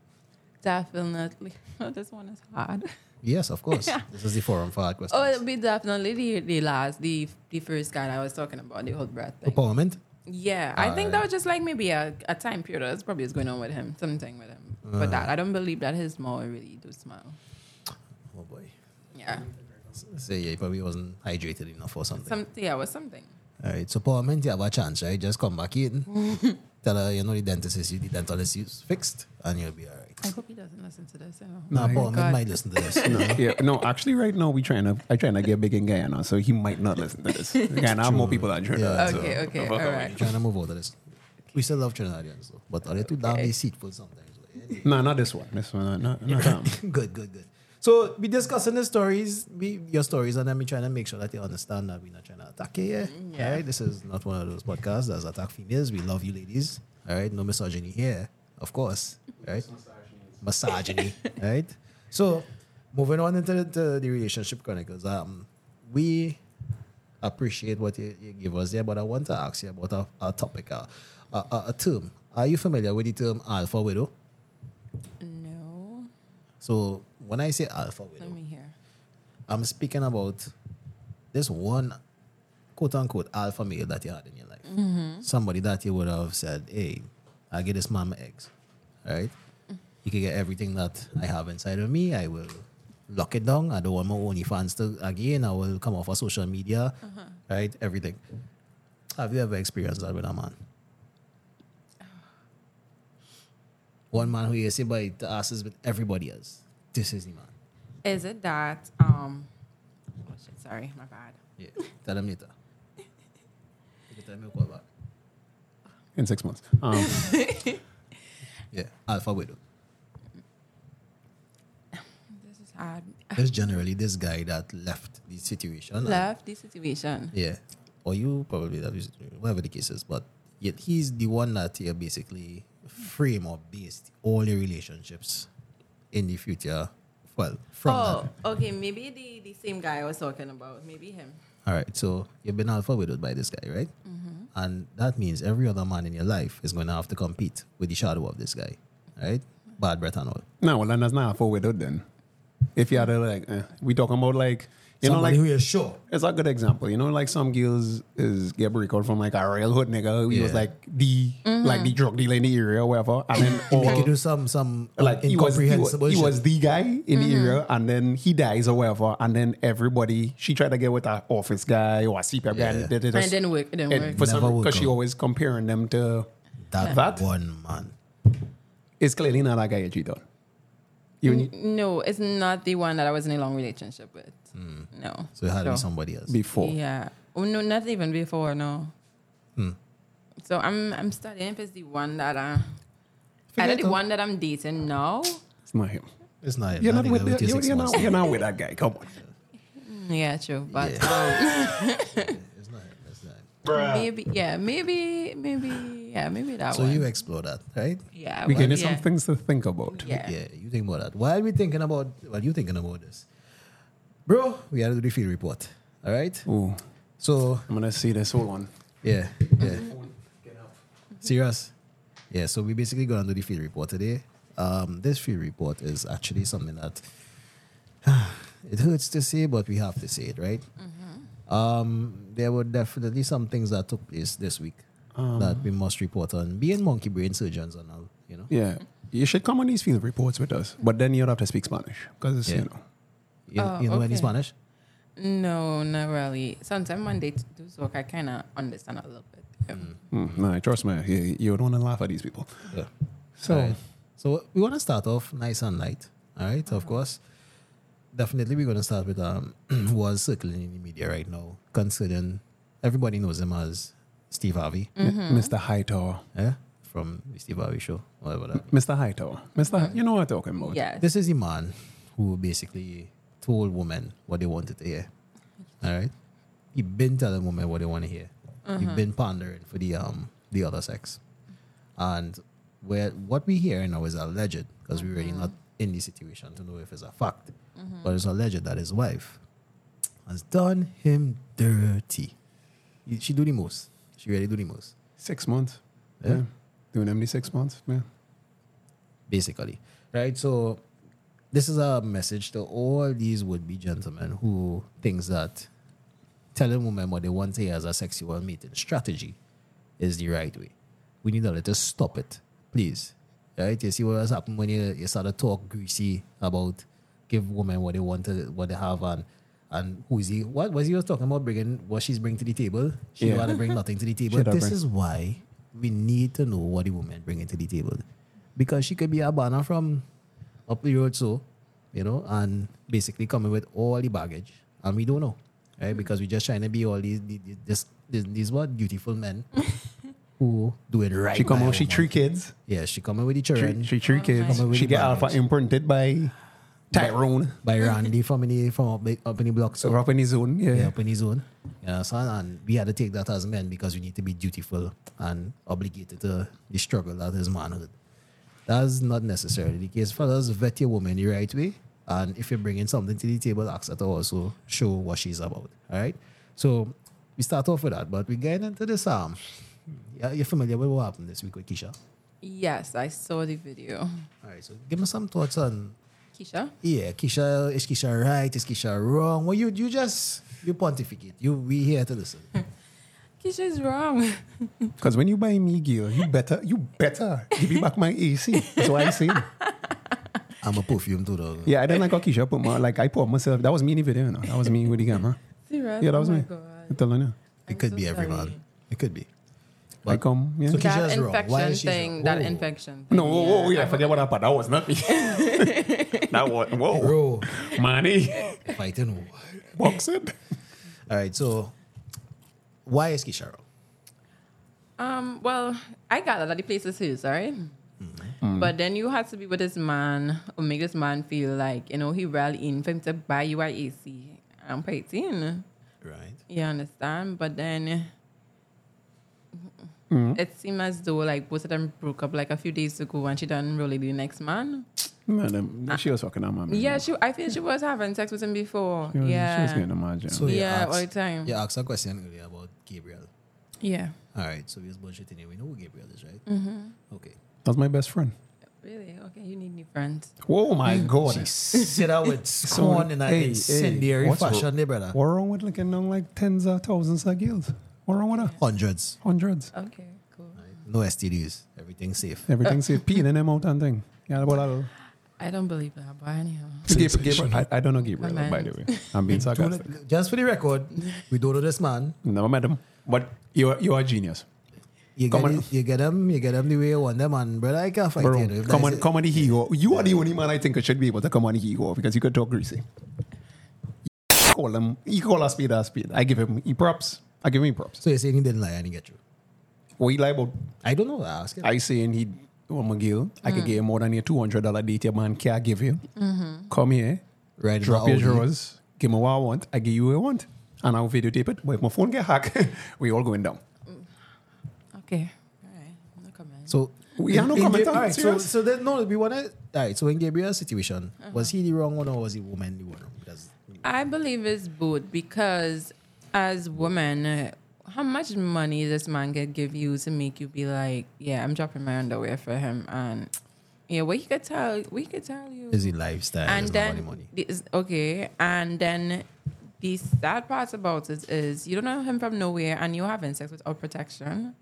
D: definitely. this one is hard.
C: Yes, of course. This is the forum for our questions.
D: Oh, it'll be definitely the, the last, the the first guy that I was talking about, the whole breath thing.
C: Empowerment.
D: Yeah, I think
C: Alright.
D: that was just like maybe a, a time period. That's probably what's going on with him, something with him. but that I don't believe that his smile really do smile.
C: Oh boy.
D: Yeah,
C: So yeah, he probably wasn't hydrated enough or something.
D: some yeah, was something.
C: All right, so Paul meant you have a chance, right? Just come back in, tell her you know the dentist is you, the dental is is fixed, and you'll be all right.
D: I hope he doesn't listen to this. You know?
C: Now,
D: Oh my
C: Paul
D: God.
C: Mint might listen to this.
B: No, yeah, no. Actually, right now we trying to I trying to get big in Guyana, so he might not listen to this. Guyana, I have more people that join
C: Yeah.
B: us, so-
D: Okay, okay, all
B: Fuck
D: right.
C: I'm trying to move over to this. We still love Trinidadians, though, but are they too damn deceitful sometimes? Like, anyway.
B: No, not this one. This one, not, not him.
C: good, good, good. So we discussing the stories, we, your stories, and then we trying to make sure that you understand that we're not trying to attack you. Yeah? All right, this is not one of those podcasts that's attack females. We love you, ladies. All right, no misogyny here, of course. Right, misogyny. right. So moving on into the, to the relationship chronicles. Um, we appreciate what you, you give us there, but I want to ask you about a, a topic, a, a, a, a term. Are you familiar with the term alpha widow?
D: No.
C: So when I say alpha
D: Let
C: widow,
D: me hear.
C: I'm speaking about this one quote unquote alpha male that you had in your life. Somebody that you would have said, Hey, I get this mama eggs. All right. You can get everything that I have inside of me. I will lock it down. I don't want my only fans to again. I will come off of social media. Right? Everything. Have you ever experienced that with a man? One man who you see by the asses with everybody else. This is the man.
D: Is it that? Um, oh shit, sorry, my bad.
C: Yeah. Tell him later. You can tell me call back.
B: in six months. Um,
C: Yeah. Alpha widow.
D: This is hard.
C: There's generally this guy that left the situation. and-
D: Love this situation.
C: yeah. Or you probably that is whatever the case is, but yet he's the one that you basically frame or based all your relationships in the future. Well, from
D: oh,
C: that.
D: okay. Maybe the, the same guy I was talking about. Maybe him.
C: All right. So you've been alpha widowed by this guy, right? And that means every other man in your life is going to have to compete with the shadow of this guy, right? Bad breath and all.
B: no, well, then that's not a four widow then. If you had a, like, eh, we talking about like, you know, like
C: who is sure
B: It's a good example. You know, like some girls is get recalled from like a real hood nigga. He was
C: Yeah.
B: like the like
D: Mm-hmm.
B: the drug dealer in the area or whatever. And then
C: Make you
B: all
C: do some some uh,
B: like he was, he was
C: incomprehensible.
B: he
C: shit.
B: was the guy in the
D: Mm-hmm.
B: area and then he dies or whatever. And then everybody she tried to get with an office guy or a CPAP guy
C: Yeah.
B: and it,
D: And it didn't work. It didn't work.
B: and for
C: Never
B: some
C: would
B: because she
C: go.
B: always comparing them to
C: that,
B: That?
C: one man.
B: it's clearly not that guy you cheat on. You
D: Mm. no, it's not the one that I was in a long relationship with. No.
C: Mm. So it had to be
D: So-
C: somebody else.
B: before.
D: Yeah. Oh no, not even before. No.
C: Hmm.
D: So I'm I'm studying if it's the one that I.
C: Figure
D: Either
C: it
D: the
C: out.
D: one that I'm dating now.
B: It's not him.
C: It's not.
B: You're
C: I
B: not
C: think
B: with
C: that
B: the,
C: was
B: you're,
C: six
B: you're
C: months.
B: not you're not with that guy. Come on.
D: Mm, Yeah, true. But
C: It's not. It's not.
D: um, maybe, yeah, maybe, maybe, yeah, maybe that
C: So
D: one.
C: you explore that, right?
D: yeah,
B: We
D: well,
B: gave you
D: yeah.
B: some things to think about.
D: Yeah.
C: Yeah. You think about that. While we thinking about, while you thinking about this, bro, we had to do the field report. All right.
B: Ooh,
C: So
B: I'm gonna see this whole one.
C: yeah, yeah. Serious? Yeah, so we basically going to do the field report today. Um, this field report is actually something that it hurts to say, but we have to say it, right?
D: Mm-hmm.
C: Um, there were definitely some things that took place this week that we must report on. Being monkey brain surgeons and all, you know?
B: Yeah. You should come on these field reports with us, but then you'll have to speak Spanish because
C: Yeah.
B: you know.
C: You,
D: Oh,
C: you know any
D: okay.
C: Spanish?
D: No, not really. Sometimes when they do work, I kind of understand a little bit. Yeah.
B: Mm, nah, trust me, you, you don't want to laugh at these people.
C: Yeah.
B: So
C: All right. So we want to start off nice and light. All right, of course. Definitely, we're going to start with um, what's circling in the media right now, considering everybody knows him as Steve Harvey,
B: Mr. Hightower,
C: eh? from the Steve Harvey Show, whatever that.
B: Mr. Hightower, Mr. Hi- you know what I'm talking about?
D: Yes.
C: This is the man who basically told women what they wanted to hear. All right, he been telling women what they want to hear. He been pandering for the um the other sex, and where what we hear now is alleged because we're really not in the situation to know if it's a fact, but it's alleged that his wife has done him dirty. He- She do the most. She really do the most.
B: Six months.
C: Yeah.
B: Doing them the six months. Yeah.
C: basically. Right? So this is a message to all these would-be gentlemen who thinks that telling women what they want to hear as a sexual mating strategy is the right way. We need to let us stop it, please. Right? You see what has happened when you, you start to talk greasy about give women what they want, to, what they have, and and who's he? What was he was talking about bringing? What she's bringing to the table? She
B: Yeah.
C: want to bring nothing to the table.
B: She don't
C: this
B: bring-
C: is why we need to know what the women bring into the table, because she could be a banner from up the road, so you know, and basically coming with all the baggage, and we don't know, right? Because we're just trying to be all these these these, these, these what beautiful men who do it right.
B: She come
C: by a
B: out, she
C: woman.
B: three kids.
C: Yeah, she coming with the
B: She,
C: children
B: she three kids.
C: Come with
B: She
C: the
B: get alpha
C: baggage.
B: imprinted by Tyrone.
C: by Randy from in the, from up, up in the block, so
B: So up in his own. Yeah.
C: yeah, up in his own. You understand? And we had to take that as men because we need to be dutiful and obligated to the struggle that is manhood. That's not necessarily the case. Fellas, vet your woman the right way. And if you're bringing something to the table, ask her to also show what she's about. All right? So we start off with that, but we're getting into this. Um, yeah, you're familiar with what happened this week with Keisha.
D: Yes, I saw the video.
C: All right, so give me some thoughts on
D: Keisha?
C: yeah, Keisha. Is Keisha right? Is Keisha wrong? Well, you you just you pontificate. You we here to listen.
D: Keisha is wrong.
B: Because when you buy me gear, you better, you better give me back my AC. That's what I say.
C: I'm a perfume too, though.
B: Yeah, I didn't like how Keisha put my, like I put myself. That was me in the video. You know? That was me with the camera.
D: Serious?
B: Yeah, that was
D: oh my
B: me. I'm
D: God.
B: telling you.
C: It could
D: so
C: be every
D: sorry.
C: man. It could be.
B: I come. um, Yeah.
C: So Keisha
D: That
C: is wrong. Why
D: infection
C: is she
D: thing,
C: wrong?
D: that
C: Whoa.
D: infection. Thing,
B: no, whoa, whoa, whoa, yeah,
D: I
B: I forget what happened. That was not me. that was whoa,
C: Bro,
B: money,
C: fighting war.
B: boxing.
C: All right, so why is Keisha wrong?
D: Um, well, I got a lot of places his, all right?
B: Mm-hmm.
D: But then you had to be with this man or make this man feel like, you know, he really in for him to buy you an AC. I'm in.
C: Right.
D: You understand? But then
B: Mm-hmm.
D: it seemed as though like both of them broke up like a few days ago and she done really the next man.
B: Madam, um, she was fucking on my man.
D: Yeah, she I feel she was having sex with him before.
B: Mm-hmm. She was, she was
D: yeah.
B: getting on my jam.
C: So you
D: Yeah,
C: asked-
D: all the time.
C: You asked a question earlier about Gabriel.
D: yeah.
C: All right, so we just bullshitting here. We know who Gabriel is, right? Mm-hmm. Okay.
B: That's my best friend.
D: Really? Okay, you need new friends.
B: Oh my god.
C: She sit out with scorn in an
B: hey, hey,
C: incendiary
B: what's
C: fashion,
B: wrong?
C: there, brother.
B: What wrong with looking on like tens of thousands of girls? What wrong with that?
C: Hundreds.
B: Hundreds.
D: Okay, cool.
C: No STDs. Everything's safe.
B: Everything's safe. Peeing in them out and thing. Yeah, well, I'll,
D: I don't believe that, but anyhow.
B: Gabriel, Gabriel, I, I don't know Gabriel,
D: My
B: by
D: man.
B: the way. I'm being
C: Do
B: sarcastic.
C: not- Just for the record, we don't know this man.
B: Never met him, but you are, you are a genius.
C: You get,
B: Come on.
C: it- you get him, you get him the way you want them, and brother, I can't fight
B: Bro,
C: you. know, if
B: come
C: that's
B: on,
C: it.
B: come on, the hero. You are the only man I think that should be able to come on the hero because you could talk greasy. You call him, you call a speed a speed. I give him he props. I give him props.
C: So you're saying he didn't lie and he get you?
B: What he lie about?
C: I don't know. I ask him.
B: I saying he, oh my girl, I
C: Mm.
B: could give him more than a two hundred dollar date your man can give you. Come here,
C: Right,
B: drop
C: now,
B: your
C: Mm-hmm. Audi.
B: drawers, give me what I want. I give you what I want, and I'll videotape it. But if my phone get hacked, we all going down.
D: Okay. All right. No comment.
C: So
B: We are no
C: in
B: comment on
C: Gab-
B: it,
C: alright, So
B: serious.
C: so then no, we want to. All right. So in Gabriel's situation, was he the wrong one or was he woman the one? Because
D: I believe it's both because as women, uh, how much money this man could give you to make you be like, yeah, I'm dropping my underwear for him, and yeah, what he could tell, we could tell you,
C: is he lifestyle?
D: and
C: is not
D: then
C: money, money.
D: this- okay, and then the sad part about it is you don't know him from nowhere, and you're having sex without protection.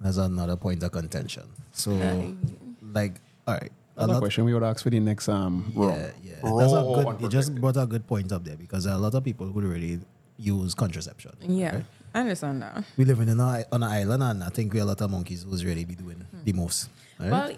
C: That's another point of contention. So like, all right. A
B: Another
C: lot,
B: question we would ask for the next um round.
C: yeah, yeah. That's a good. You just brought a good point up there because there are a lot of people who really use contraception.
D: Yeah,
C: right?
D: I understand that.
C: we live in an, i- on an island, and I think we are a lot of monkeys who's really be doing the most. Right?
D: Well,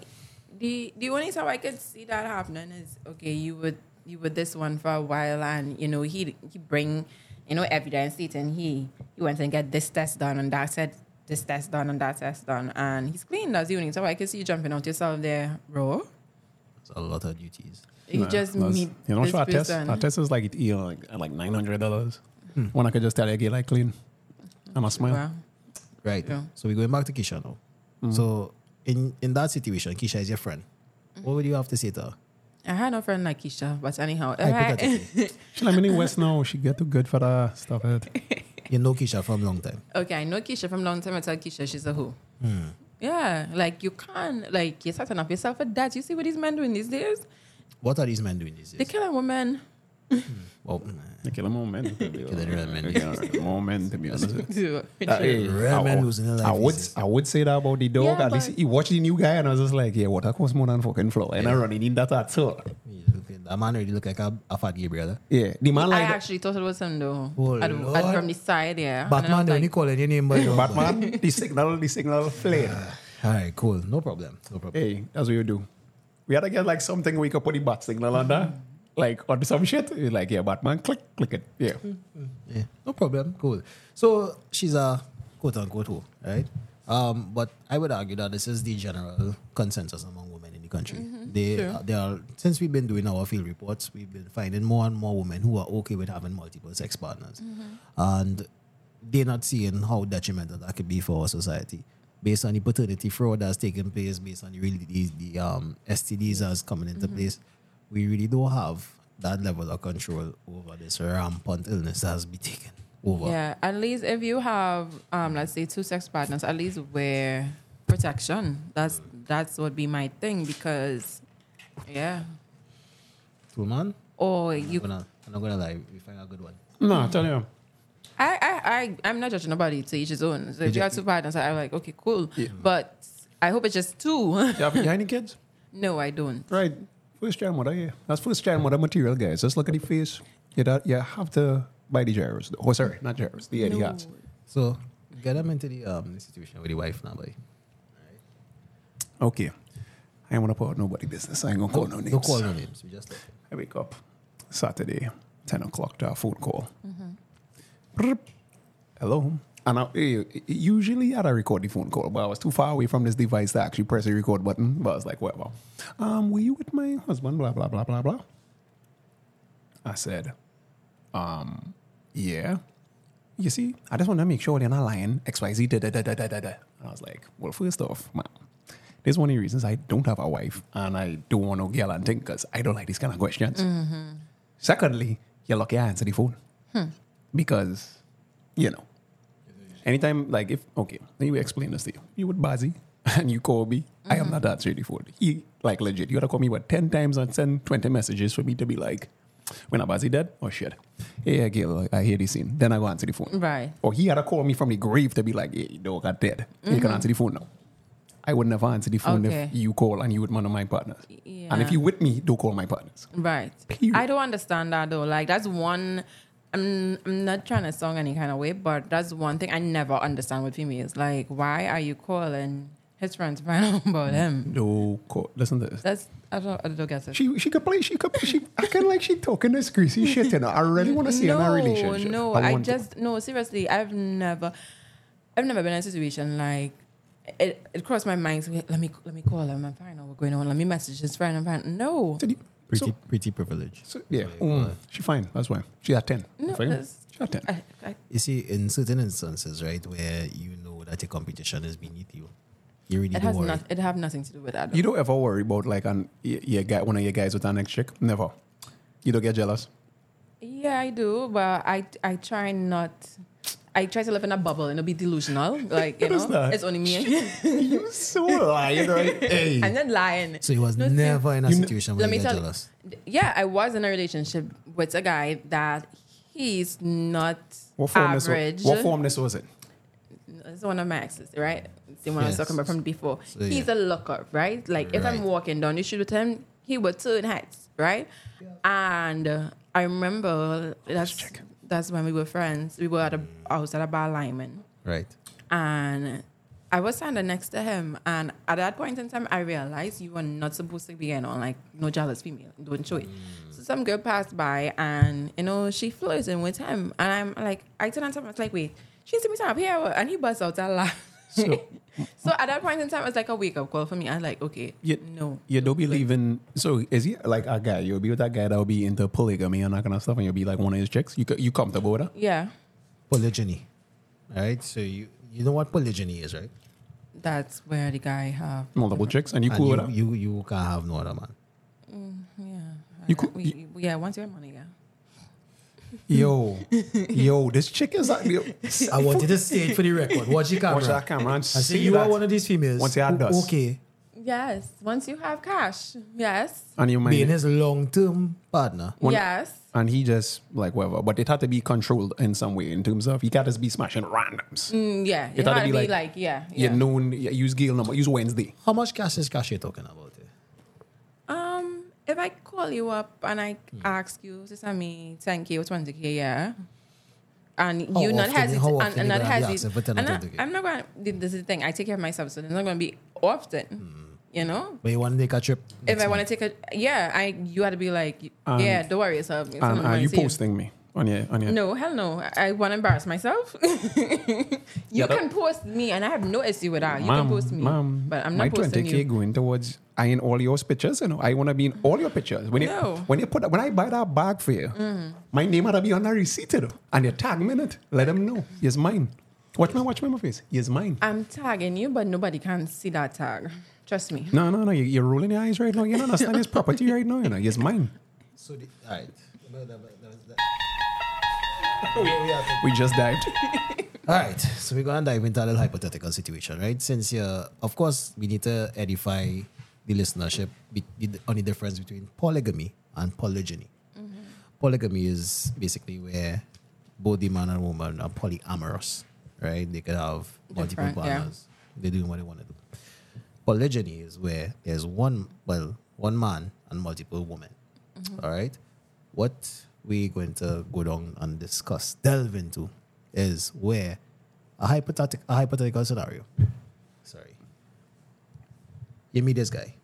D: the the only time I could see that happening is okay, you would you with this one for a while, and you know he he bring you know evidence it, and he he went and get this test done and that said this test done and that test done, and he's clean. That's the only time I could see you jumping out yourself there, bro.
C: It's a lot of duties.
D: You
B: Nah,
D: just
B: that's-
D: meet
B: You know,
D: this
B: so our test,
D: person.
B: our test is like you know, like, like nine hundred dollars. When I could just tell you, get like clean, and I smile.
D: Wow.
C: Right.
D: Yeah.
C: So we're going back to Keisha now. So in in that situation, Keisha is your friend.
D: Mm-hmm.
C: What would you have to say to her?
D: I had no friend like Keisha, but anyhow,
C: Hypothetically.
B: She like me in West now. She get too good for that stuff. eh? Head.
C: you know Keisha from a long time.
D: Okay, I know Keisha from long time. I tell Keisha she's a hoe.
B: Hmm.
D: Yeah, like you can't, like you're setting up yourself for that. You see what these men doing these days?
C: What are these men doing these
D: They
C: days?
D: kill a woman.
C: Well,
B: Kill a moment.
C: Kill a real man.
B: moment. To be honest.
D: Do it.
B: Uh, hey,
C: Real
B: I,
C: men
B: would-
C: losing their life
B: I would
C: easy.
B: I would say that about the dog.
D: Yeah,
B: At least
D: but-
B: he watched the new guy, and I was just like, yeah, what that costs more than fucking floor, and I running in that at all.
C: you look at- that man already look like a, a fat Gabriel. eh?
B: Yeah, the man
D: I
B: like
D: actually thought it was him though.
C: Oh,
D: I'd- I'd
C: Lord.
D: from the side, yeah. And I
C: Batman,
D: was
C: they only
D: like,
C: calling your name by your
B: Batman. the signal, the signal flare.
C: All right, cool. No problem. No problem.
B: hey, that's what you do. We had to get like something we could put the bat signal on that, like on some shit. It's like, yeah, Batman, click, click it. Yeah.
C: Yeah, no problem. Cool. So she's a quote unquote hoe, right? Um, but I would argue that this is the general consensus among women in the country. They, uh,
D: True.
C: they are since we've been doing our field reports, we've been finding more and more women who are okay with having multiple sex partners, and they're not seeing how detrimental that could be for our society. Based on the paternity fraud that's taking place, based on the really the, the um, STDs that's coming into place, we really don't have that level of control over this rampant illness that has been taken over.
D: Yeah, at least if you have, um, let's say, two sex partners, at least wear protection. That's that's would be my thing because, yeah.
C: True, man.
D: Or
C: I'm
D: you,
C: not, gonna, I'm not gonna lie. We find a good one.
B: No, tell you.
D: I, I, I, I'm not judging nobody to each his own. So if
C: You
D: you have
C: ju-
D: two partners, I'm like, okay, cool. But I hope it's just two.
B: You have, you have any kids?
D: no, I don't.
B: Right. First child mother, yeah. That's first child mother material, guys. Just look at the face. You, don't, you have to buy the gyros. though. Oh, sorry, not gyros, the Eddie hats.
C: So get them into the um institution with the wife now, boy.
B: Okay. I ain't want to put out nobody business. I ain't going to call no names.
C: Don't call no names. We just like,
B: I wake up Saturday, 10 o'clock to a phone call. Brrp. Hello. And I, eh, usually I'd record the phone call, but I was too far away from this device to actually press the record button. But I was like, whatever. Um, were you with my husband? Blah, blah, blah, blah, blah. I said, um, yeah. You see, I just want to make sure they're not lying. XYZ, da da da da da da. da. And I was like, well, first off, man, there's one of the reasons I don't have a wife and I don't want to yell and think because I don't like these kind of questions. Secondly, you're lucky I answer the phone
D: Hmm.
B: because, you know, anytime, like, if, okay, let me explain this to you. You would busy and you call me. I
D: Mm-hmm.
B: am not answering the phone. You, like, legit, you got to call me, what, 10 times and send 20 messages for me to be like, when I busy dead? Oh, shit. Yeah, Gil, I hear this scene. Then I go answer the phone.
D: Right.
B: Or he had to call me from the grave to be like, hey, dog, I'm dead. You can answer the phone now. I would never answer the phone
D: Mm-hmm. Okay.
B: if you call and you with one of my partners. And if
D: Yeah.
B: you with me, don't call my partners.
D: Right.
B: Period.
D: I don't understand that though. Like that's one. I'm I'm not trying to song any kind of way, but that's one thing I never understand with females. Like, why are you calling his friends to find out
B: Mm.
D: about him?
B: No call. Listen to this.
D: That's I don't I don't get it.
B: She she could play. She could. She acting like she talking this greasy shit. And I really want to see her in a relationship.
D: No, I,
B: want to.
D: just no. Seriously, I've never, I've never been in a situation like it. It crossed my mind. So let me let me call him and find out what's going on. Let me message his friend and find. No,
B: Did you-
C: pretty
B: So,
C: pretty privilege.
B: so, yeah, Mm. she fine. That's why she at ten.
D: no.
B: Fine.
D: that's-
B: she at ten.
D: I, I,
C: You see, in certain instances, right, where you know that your competition is beneath you, you really
D: it
C: do
D: has
C: worry.
D: not. It have nothing to do with that. though.
B: You don't ever worry about like an y- your guy, one of your guys with an ex chick. Never. You don't get jealous.
D: Yeah, I do, but I I try not. I try to live in a bubble and it'll be delusional. Like you
B: What is
D: know,
B: that?
D: it's only me.
B: you so lying, right? Hey.
D: I'm not lying.
C: so you was
D: No, see,
C: never in a
B: you kn-
C: situation where
D: Let
C: you
D: me
C: get
D: tell
C: jealous.
D: you. Yeah, I was in a relationship with a guy that he's not
B: What form
D: average.
B: this? What form this was it?
D: It's one of my exes, right? Same one I was
C: Yes.
D: talking about from before.
C: So,
D: he's
C: yeah.
D: a looker, right? Like if I'm
C: Right.
D: walking down the street with him, he would turn heads, right? And uh, I remember that's
B: check.
D: that's when we were friends. We were at a I was at a bar lineman
C: Right.
D: and I was standing next to him. And at that point in time, I realized you were not supposed to be getting on like no jealous female, don't show it. So some girl passed by, and you know she flirting with him, and I'm like, I turned on him, I was like, wait, she's seen me up here, and he busts out a laugh. So, at that point in time, it's like a wake up call for me. I'm like, okay,
B: You-
D: no,
B: You don't
D: do it.
B: believe in. So is he like a guy? You'll be with that guy that will be into polygamy and that kind of stuff, and you'll be like one of his chicks. You co- you comfortable with her?
D: Yeah,
C: Polygyny. Right? So you you know what polygyny is, right?
D: that's where the guy have
B: Multiple chicks, and you
C: And
B: cool with
C: you,
B: her?
C: you you can't have no other man.
D: yeah.
B: You could-
D: we, yeah, once you're money, yeah.
B: Yo,
D: Mm.
B: yo, this chick is. Like, yo,
C: I want you to say it for the record. Watch the camera.
B: Watch that camera and
C: I say
B: see
C: you
B: that.
C: are one of these females.
B: Once you had
C: who-
B: us.
C: Okay.
D: Yes, once you have cash, yes,
B: and you
C: Being
B: mind,
C: his long term partner.
B: One-
D: yes.
B: and he just like whatever. But it had to be controlled in some way in terms of you can't just be smashing randoms.
D: Mm, yeah,
B: It
D: it
B: had to
D: had
B: be
D: to be
B: like-
D: like, yeah,
B: You
D: yeah.
B: known, you use Gale number, use Wednesday.
C: How much cash is cash you talking about? here?
D: Um, if I call you up and I ask you to send me ten k or twenty k, yeah, and
C: How
D: you not
C: often-
D: hesitate,
C: how
D: and,
C: often
D: and
C: you
D: not
C: gonna be asking for 10
D: hesitate,
C: or
D: and I,
C: 20K?
D: I'm not going. to This is the thing. I take care of myself, so it's not going to be often. You know,
C: But you want to take a trip?
D: if I want to take a yeah, I you had to be like
B: And-
D: yeah, don't worry yourself. It's
B: And
D: not
B: are
D: gonna
B: you
D: see
B: posting me on your on your?
D: No, hell no. I, I want to embarrass myself. you
B: Yeah, that-
D: can post me, and I have no issue with that. You
B: Ma'am,
D: can post me,
B: ma'am,
D: but I'm
B: my
D: not posting
B: 20K
D: you.
B: going towards I in all your pictures, you know. I want to be in all your pictures. When you
D: No. Mm-hmm.
B: when you put when I buy that bag for you, my name ought to be on the receipt, you know. And you tag me in it. Let them know. He's mine. Watch my watch my face. He's mine.
D: I'm tagging you, but nobody can see that tag. Trust me.
B: No, no, no. You, you're rolling your eyes right now. You don't understand his property right now. You know, he's mine.
C: So, the, all right.
B: We just dived.
C: All right, so we're gonna dive into a little hypothetical situation, right? Since uh, of course, we need to edify the listenership be- the- on the difference between polygamy and polygyny.
D: Mm-hmm.
C: Polygamy is basically where both the man and woman are polyamorous, right? They could have multiple
D: Different, yeah.
C: partners. They do what they want to do. Polygyny is where there's one, well, one man and multiple women. All right. What we're going to go down and discuss, delve into, is where a hypothetical, a hypothetical scenario. Sorry. You meet this guy.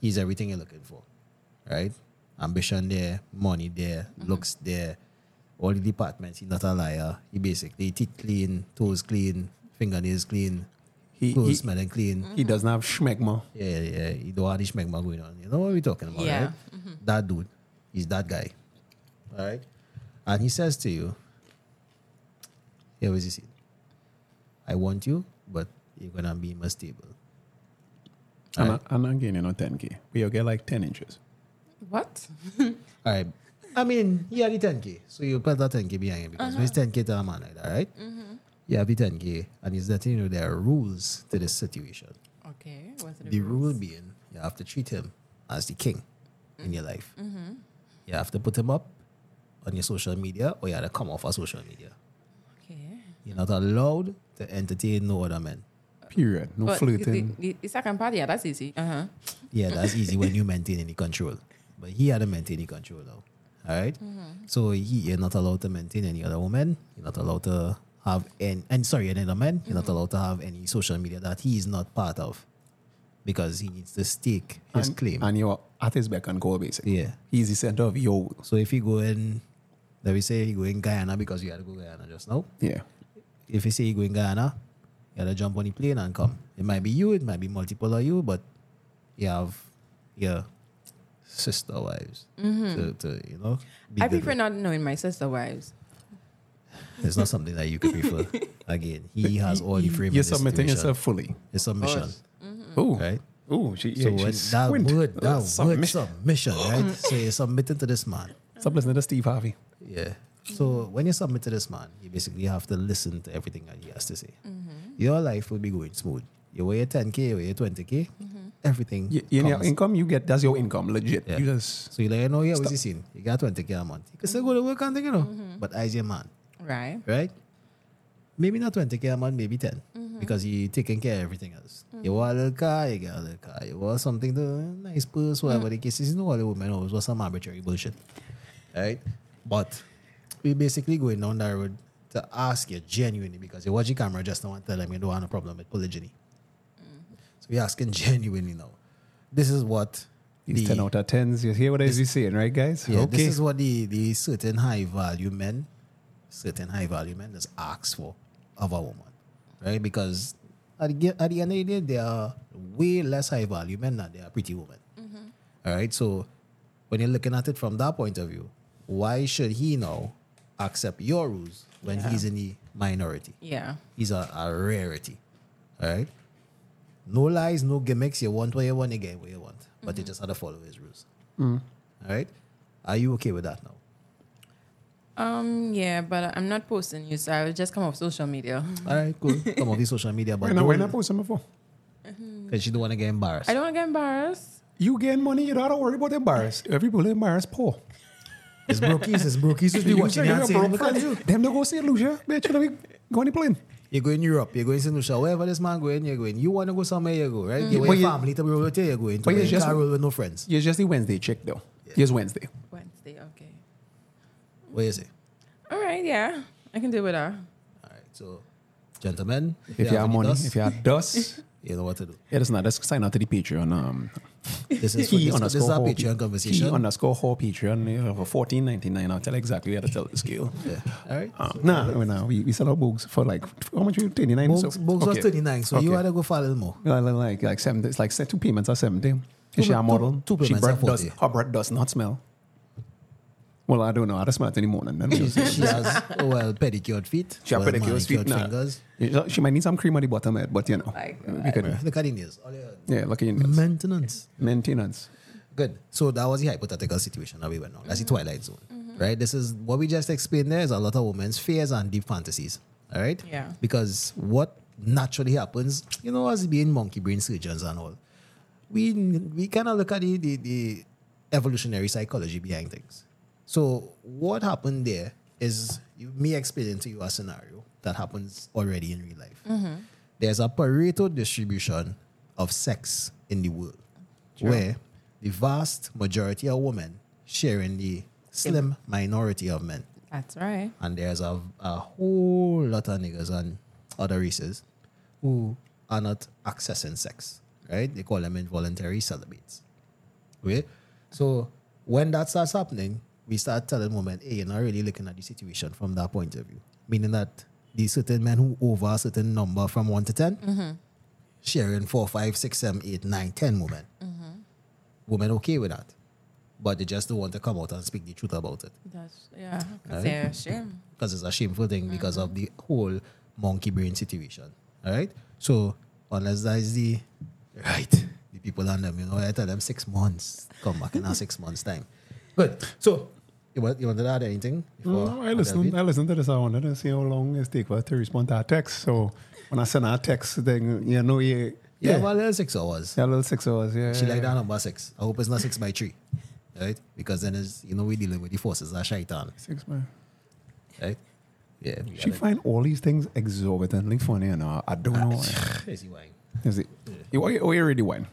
C: He's everything you're looking for, right? Ambition there, money there, looks there, all the departments. He's not a liar. He basically teeth clean, toes clean, fingernails clean,
B: He-
C: clothes
B: he-
C: smelling clean.
B: He doesn't have schmegma.
C: Yeah, yeah, yeah. You know how this magma going on. You know what we're talking about,
D: Yeah.
C: right? That dude is that guy. All right. And he says to you, here was this. I want you, but you're going to be in my stable.
B: And, I, and again, you know, 10K. We'll get like 10 inches.
D: What?
C: All right. I mean, he had the 10K. So you put that 10K behind him because when it's 10K to a man like that, right? You have the 10K. And he's letting you know there are rules to this situation.
D: Okay. What's
C: The rule being, you have to treat him as the king in your life. You have to put him up on your social media or you have to come off of social media.
D: Okay.
C: You're not allowed to entertain no other men.
B: Period. No
D: But the-
B: flirting.
D: The, the second part, yeah, that's easy. Uh huh.
C: Yeah, that's easy when you maintain any control. But he had to maintain the control now. All right? So he, you're not allowed to maintain any other woman. You're not allowed to have any, and sorry, any other man. You're not allowed to have any social media that he is not part of because he needs to stake his
B: and,
C: claim.
B: And you're at his beck and call, basically.
C: yeah.
B: He's the center of your world.
C: So if you go in, let me say you go in Guyana because you had to go Guyana just now.
B: Yeah.
C: If you say you go in Guyana, you had to jump on the plane and come. It might be you, it might be multiple of you, but you have your sister wives to, to you know. be
D: I
C: the-
D: prefer not knowing my sister wives.
C: It's not something that you could prefer. Again, he Mm. has all the frame. in
B: You're
C: this
B: submitting
C: situation.
B: yourself fully.
C: It's submission,
D: Us.
B: Oh.
C: right?
B: Oh, she, yeah,
C: So when
B: she's
C: that
B: squint.
C: word, that word,
B: Submission.
C: submission, right? so you're submitting to this man.
B: Stop listening to Steve Harvey.
C: Yeah. So when you submit to this man, you basically have to listen to everything that he has to say. Your life will be going smooth. You weigh your 10K, you weigh your 20K, everything.
B: You, you know,
C: comes.
B: income you get, that's your income, legit.
C: Yeah.
B: You just,
C: so you let you know, yeah, what's he seen? You got 20K a month. You can still go to work and take it off. But as your man,
D: Right.
C: right? Maybe not 20K a month, maybe 10. Because you're taking care of everything else. You want a little car, you get a little car. You want something, to, nice purse, whatever the case is. You know what the women always want some arbitrary bullshit. Right? But we're basically going down that road to ask you genuinely because you watch the camera just now and tell them you don't have a problem with polygyny. So we're asking genuinely now. This is what
B: these 10 out of 10s. You hear what he's saying, right, guys?
C: yeah,
B: okay.
C: this is what the, the certain high value men, certain high value men just ask for of a woman, right? Because at the, ge- at the end of the day, there are way less high value men than there are pretty women. All right, so when you're looking at it from that point of view, why should he now accept your rules when
D: Yeah.
C: he's in the minority?
D: Yeah.
C: He's a, a rarity. All right. No lies, no gimmicks. You want what you want, you get what you want. But
D: Mm-hmm.
C: you just have to follow his rules.
B: Mm.
C: All right. Are you okay with that now?
D: Um. Yeah, but I'm not posting you, so I'll just come off social media.
C: All right, cool. Come on, these social media, but
B: Why not, why not
C: because
B: post them before?
C: she don't want to get embarrassed.
D: I don't want to get embarrassed.
B: You gain money, you don't have to worry about embarrassed. Every people embarrassed poor.
C: It's brokies, it's brokies. Just be
B: You
C: watching
B: say
C: and
B: you're
C: saying,
B: broke,
C: "Look at you.
B: Them don't go St. Lucia, bitch. You know, we go on the plane.
C: You're going Europe, you're going to Lucia, wherever this man going, you're going. You want to go somewhere, you go, right?
D: Mm.
C: You
B: But
C: want
B: you-
C: your family to be over there, you're going. To
B: but
C: but
B: you
C: you
B: just-
C: can't roll with no friends.
B: It's just the Wednesday check, though. It's Wednesday.
D: Wednesday. Okay.
C: What do you say?
D: All right. Yeah, I can deal with that.
C: All right, so, gentlemen,
B: If you have
C: any
B: money,
C: dust,
B: if you have dust,
C: you know what to do.
B: it is not. Let's sign up to the Patreon. Um,
C: This is,
B: he
C: this, this is our
B: whole
C: Patreon
B: P-
C: conversation.
B: He underscore whole Patreon uh, for fourteen ninety nine. I'll tell exactly how to tell the scale.
C: Yeah. All right.
B: Um, nah, no, no, we, we sell our books for like how much? Twenty nine.
C: Bogs, Bogs was 39, so you had to go for a little more.
B: Like, like, like seven, it's like se- two payments are 70. Is she
C: pa-
B: a model?
C: two- two
B: she
C: payments are
B: breath does,
C: 40.
B: her breath does not smell. Well, I don't know. I don't smell it anymore. And then
C: She, she has, oh, well, pedicured feet.
B: She have
C: well,
B: pedicures, feet,
C: manicured
B: nah.
C: fingers.
B: Yeah, She might need some cream on the bottom of it, but you know.
D: Like,
B: we could,
C: Look at the nails. All your-
B: yeah, lucky in
C: Maintenance.
B: maintenance.
C: Good. So that was the hypothetical situation that we went on. That's the twilight zone. right? This is what we just explained. There is a lot of women's fears and deep fantasies, all right?
D: Yeah.
C: Because what naturally happens, you know, as being monkey brain surgeons and all, we we kind of look at the, the the evolutionary psychology behind things. So what happened there is you, me explaining to you a scenario that happens already in real life. There's a Pareto distribution of sex in the world, where the vast majority of women sharing the slim minority of men
D: That's right.
C: and there's a, a whole lot of niggas and other races who are not accessing sex, right? They call them involuntary celibates. Okay? So when that starts happening, we start telling women, hey, you're not really looking at the situation from that point of view. Meaning that these certain men who over a certain number from one to 10, sharing four, five, six, seven, eight, nine, ten women. Women okay with that. But they just don't want to come out and speak the truth about it
D: That's yeah.
C: Right.
D: That's a shame.
C: because it's a shameful thing because of
B: Mm-hmm.
C: the whole monkey brain situation. All right. So unless that is the right, the people on them, you know, I tell them six months. Come back in our six months time. Good. So you want you wanted to add anything? before
B: No, I listened.
C: delve
B: I
C: in?
B: listened to this. I wanted to see how long it takes to respond to our text. So when I send our text, then you know, yeah,
C: Yeah,
B: yeah,
C: well, it's six hours.
B: yeah, a little six hours. Yeah,
C: She like
B: yeah.
C: that number six. I hope it's not six by three, right? Because then it's you know we dealing with the forces that shaitan,
B: Six man.
C: right? Yeah. we
B: She
C: gotta-
B: find all these things exorbitantly funny, and I, I don't know. eh. why.
C: Crazy wine.
B: Is it? You oh, you already went.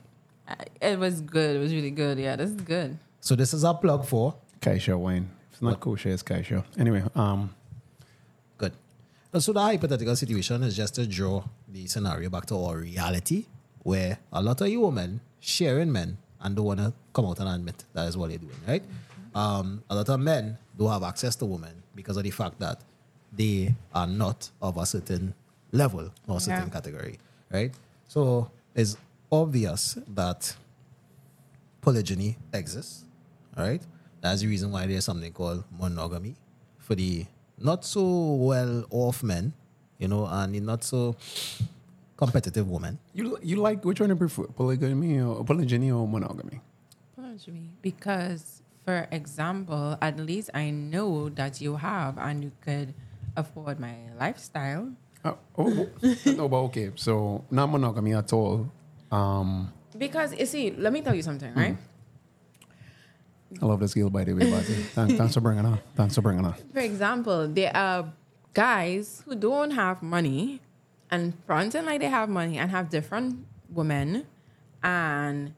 D: I, it was good. It was really good. Yeah, this is good.
C: So this is our plug for
B: Kaisha wine. If It's not kosher. It's Kaisha. Anyway, um,
C: Good. Uh, So the hypothetical situation is just to draw the scenario back to our reality, where a lot of you women sharing men and don't want to come out and admit that is what they're doing, right? Um, a lot of men do have access to women because of the fact that they are not of a certain level or certain
D: Yeah.
C: category, right? So it's obvious that polygyny exists. All right. That's the reason why there's something called monogamy for the not so well off men, you know, and the not so competitive women.
B: you you like which one you prefer, polygamy or polygyny or monogamy?
D: Apology. Because, for example, at least I know that you have and you could afford my lifestyle.
B: Oh, oh, oh, no, but okay. So not monogamy at all. Um,
D: Because, you see, let me tell you something, right?
B: I love this girl, by the way. But thanks, thanks for bringing her. Thanks for bringing her.
D: For example, there are guys who don't have money and fronting like they have money and have different women and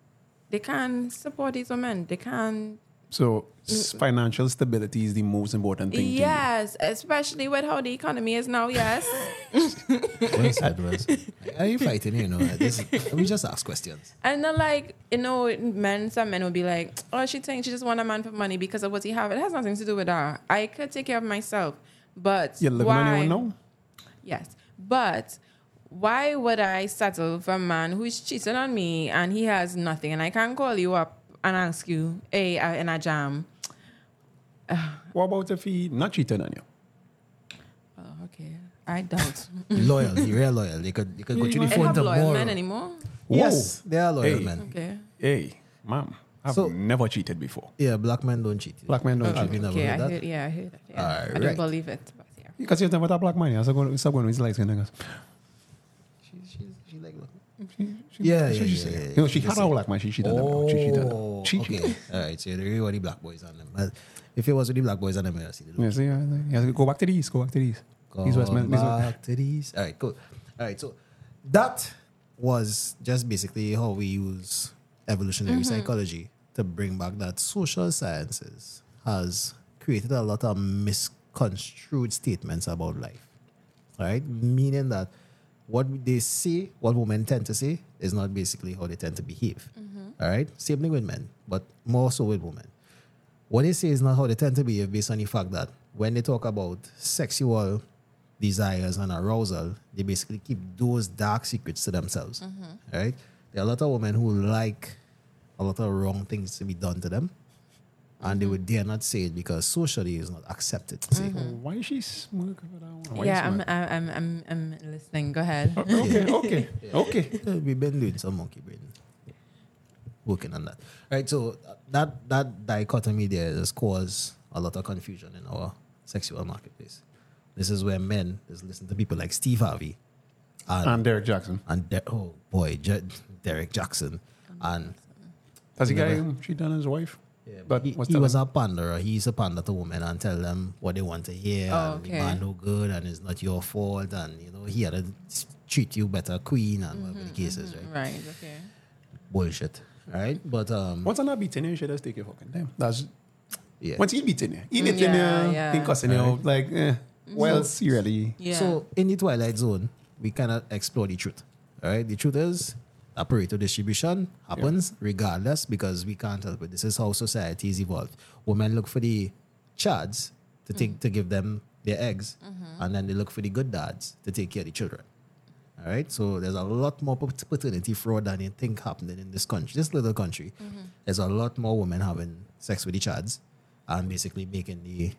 D: they can support these women. They can
B: So s- financial stability is the most important thing.
D: Yes, especially with how the economy is now, yes.
C: Well said, well said. Are you fighting? You know, this, we just ask questions.
D: And then, like, you know, men, some men will be like, oh, she thinks she just want a man for money because of what he have. It has nothing to do with her. I could take care of myself. But
B: You. You're living
D: why?
B: on your own now.
D: Yes. But why would I settle for a man who's cheating on me and he has nothing and I can call you up and ask you, hey, I, in a jam.
B: What about if he not cheating on you?
D: Oh, okay. I don't.
C: Loyal, the real loyal. They could, they could go to the
D: I
C: phone
D: have loyal
C: tomorrow.
D: men anymore.
C: Yes, they are loyal
B: Hey.
C: men.
D: Okay.
B: Hey, ma'am, I've
C: So-
B: never cheated before.
C: Yeah, black men don't cheat.
B: Black men don't
C: Have
B: cheat.
C: you never
D: okay,
C: heard
D: I
C: that?
D: heard, yeah, I heard that. Yeah. I
C: All right.
D: don't believe it. But yeah.
B: Because you're never that black man. You're going to his light skin niggas.
C: She, she, she like black men.
B: She- she-
C: Yeah,
B: she-
C: yeah,
B: she-
C: yeah, yeah,
B: You know, she
C: yeah.
B: had a black man. She cheated on him. She cheated on him. She cheated.
C: Oh, okay. All right. So they really were the black boys on them. But if it was with the black boys on them, I see the
B: Yeah, see, yeah, yeah. Go back to the east. Go back to the east. These West men.
C: Gone
B: These West.
C: back to these. All right. Cool. All right. So that was just basically how we use evolutionary psychology to bring back that social sciences has created a lot of misconstrued statements about life. All right. Meaning that what they see, what women tend to see, is not basically how they tend to behave. All right. Same thing with men, but more so with women. What they say is not how they tend to behave based on the fact that when they talk about sexual desires and arousal, they basically keep those dark secrets to themselves. Right? There are a lot of women who like a lot of wrong things to be done to them. And they would dare not say it because socially it's not accepted. to say.
B: Why is she smirking for that one? Why
D: yeah,
B: you
D: I'm,
B: smirk?
D: I'm, I'm, I'm, I'm listening. Go ahead.
B: Okay, okay, okay.
C: Yeah, We've been doing some monkey brain, working on that. All right, so that that dichotomy there has caused a lot of confusion in our sexual marketplace. This is where men is listen to people like Steve Harvey and
B: And Derek Jackson.
C: and De- oh boy, Je- Derek Jackson, and
B: That's the guy
C: Remember-
B: who cheated on his wife.
C: but
B: but
C: he,
B: what's
C: he
B: that
C: was a panderer. He used to pander to women and tell them what they want to hear.
D: Oh,
C: and
D: okay.
C: the man no good, and it's not your fault, and you know he had to s- treat you better, queen, and
B: Mm-hmm,
C: whatever the case is, right?
D: Right. Okay.
C: Bullshit, right? But um,
B: Once I'm not beating you, you should just take your fucking time. That's
C: yeah.
B: once he beating you, he beating
D: yeah,
B: you,
D: yeah.
B: think cussing you, like eh, well, seriously.
D: Yeah.
C: So in the Twilight Zone, we cannot explore the truth. All right. The truth is a Pareto distribution happens regardless because we can't help it. This is how society is evolved. Women look for the chads to take to give them their eggs, and then they look for the good dads to take care of the children. All right. So there's a lot more pat- paternity fraud than you think happening in this country, this little country. There's a lot more women having sex with the chads and basically making the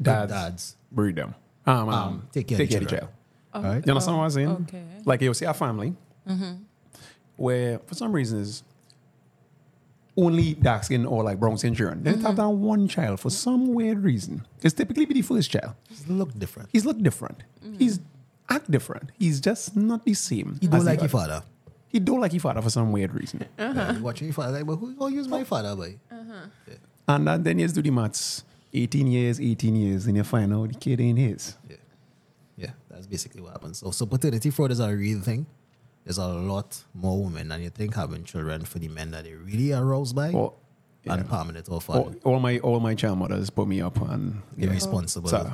C: good
B: Dads.
C: dads
B: Bury them. Um, um,
C: Um, take care of
B: take
C: the
B: care of the child.
C: children. all right.
B: You understand what I'm saying?
D: Okay.
B: Like you see a family where for some reasons only dark skin or like brown skin children. They have that one child for some weird reason. It's typically be the first child.
C: Just look different.
B: He's look different. He's act different. He's just not the same.
C: You don't
B: as uh-huh. the
C: like your
B: other.
C: father.
B: He don't like your father for some weird reason.
C: Yeah, you watching your father like, but who gonna use
B: Oh.
C: my father, boy?
B: Uh. And then, then you do the maths. 18 years, 18 years, and you find out the kid ain't his.
C: Yeah, yeah, that's basically what happens. So, so paternity fraud is a real thing. There's a lot more women than you think having children for the men that they really aroused by,
B: Or,
C: and permanent
B: Oh,
C: or fun.
B: all, all my all my child mothers put me up and
C: irresponsible,
B: So,
D: Why,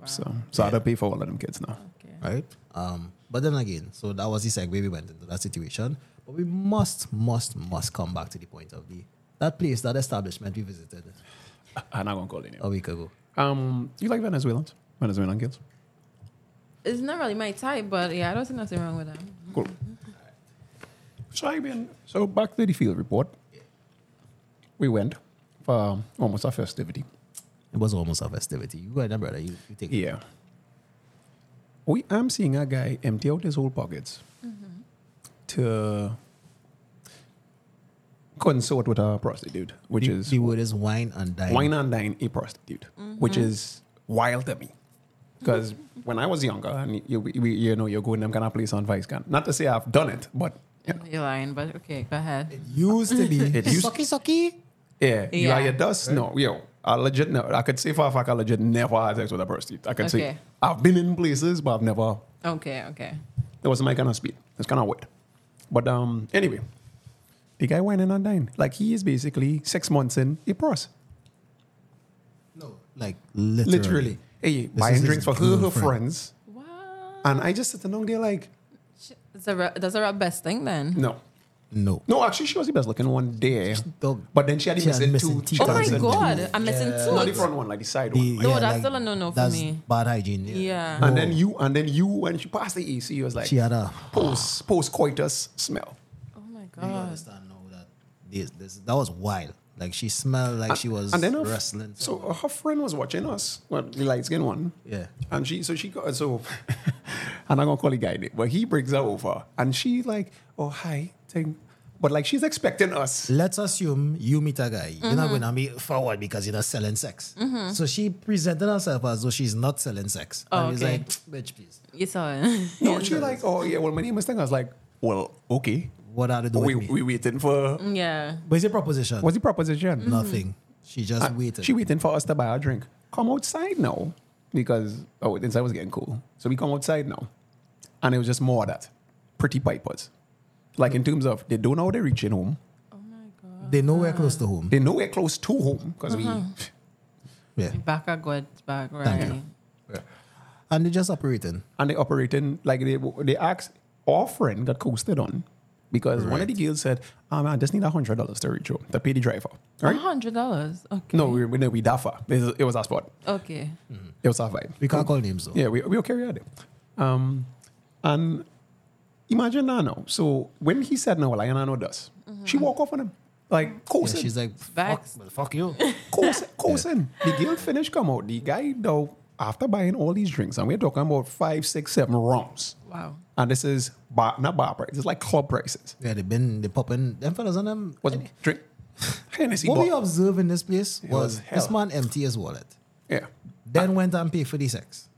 D: wow.
B: so, so I don't pay for all of them kids now.
D: okay.
C: right? Um, but then again, so that was the segue we went into that situation. But we must, must, must come back to the point of the that place, that establishment we visited
B: I'm not gonna call it.
C: a week ago.
B: Um, you like Venezuelans? Venezuelan girls?
D: It's not really my type, but yeah, I don't see nothing wrong with them.
B: Cool. So I been so back to the field report. We went for um, almost a festivity.
C: It was almost a festivity. You go ahead, brother. You, you take
B: Yeah. We I'm seeing a guy empty out his whole pockets to consort with a prostitute, which
C: the,
B: is
C: the word is wine and dine.
B: wine and dine a prostitute, which is wild to me. Because when I was younger, and you, you, you know, you're going them kind of place on Vice Can. Not to say I've done it, but you know,
D: You're lying, but okay, go ahead.
C: used to be.
B: It used-
C: sucky sucky.
B: yeah, you
D: Yeah.
B: are your dust. No, yo, I legit no. I could say for a fact I legit never had sex with a prostitute. I could say
D: Okay.
B: I've been in places, but I've never.
D: Okay, okay.
B: There was my kind of speed. It's kind of weird. But um, anyway, the guy went in and dined. Like he is basically six months in a pros.
C: No, like literally.
B: Literally. Hey,
C: This
B: buying
C: is his
B: drinks for her, her
C: girlfriend.
B: friends.
D: What?
B: And I just sit down there like,
D: Is that ra- that's our best thing then?
B: no.
C: No.
B: No, actually, she was the best looking one there.
C: Dog.
B: But then she had the
C: She had
B: missing,
C: missing
B: two
C: teeth.
D: Oh my
B: chins and
D: god, I'm missing
B: two- Not the
D: two.
B: front one, like the side
C: The-
B: one.
D: No, that's still a no-no for
C: that's
D: me.
C: Bad hygiene.
D: Yeah.
B: And then you, and then you, when she passed the AC, you was like,
C: She had a.
B: post post coitus smell.
D: Oh my
B: Uh-huh.
C: You
D: god.
C: understand now that this, this that was wild. Like she smelled like she was
B: Uh, And then her,
C: wrestling.
B: So uh, her friend was watching us, well, the light skin one.
C: Yeah.
B: And she, so she got, so I'm not gonna call the guy, name, but he brings her over, and she like, oh hi, thing, but like she's expecting us.
C: Let's assume you meet a guy. You're
B: Mm-hmm.
C: not going to meet forward because you're not selling sex. So she presented herself as though she's not selling sex.
D: Oh,
C: and he's
D: okay.
C: like, bitch, please.
D: You saw it.
B: No, she like, oh yeah, well my name is thing. I was like, well okay,
C: What are they doing?
B: we
C: with me? Mm.
B: we waiting for
D: yeah.
C: but it's a proposition.
B: what's the proposition?
C: Nothing. She just waited.
B: Uh, She waiting for us to buy our drink. Come outside now. Because oh inside was getting cool. So we come outside now. And it was just more of that. Pretty pipers. Like in terms of they don't know how they're reaching home.
D: Oh my god.
C: they know we're close to home.
B: They know we're close to home because
C: Yeah.
D: Back a good back, right?
C: you. And they're just operating.
B: we and they operating like they they asked our friend got coasted on because one of the girls said, "Ah man, I just need hundred dollars to reach home to pay the driver. Right?
D: hundred dollars. Okay.
B: No, Mm. we, we no, we that far. It was- It was our spot.
D: Okay.
B: It was our vibe.
C: We can't call names though.
B: Yeah, we, we'll carry on. Um, and imagine Nano. So when he said no, like Nano does, she walk off on him. Like,
C: Mm-hmm. Yeah,
B: coasting,
C: she's like, fuck,
D: Facts.
C: well, fuck you.
B: coasting, coasting. The girl finish come out. The guy, though, after buying all these drinks, and we're talking about five, six, seven rounds.
D: Wow.
B: And this is bar, not bar prices, it's like club prices.
C: yeah, they've been, they popping them fellas on them.
B: Was drink? Hennessy
C: What we
B: bought.
C: observed in this place
B: was
C: was, this
B: hell. Ah.
C: man empty his wallet.
B: Yeah.
C: then went and paid for the sex.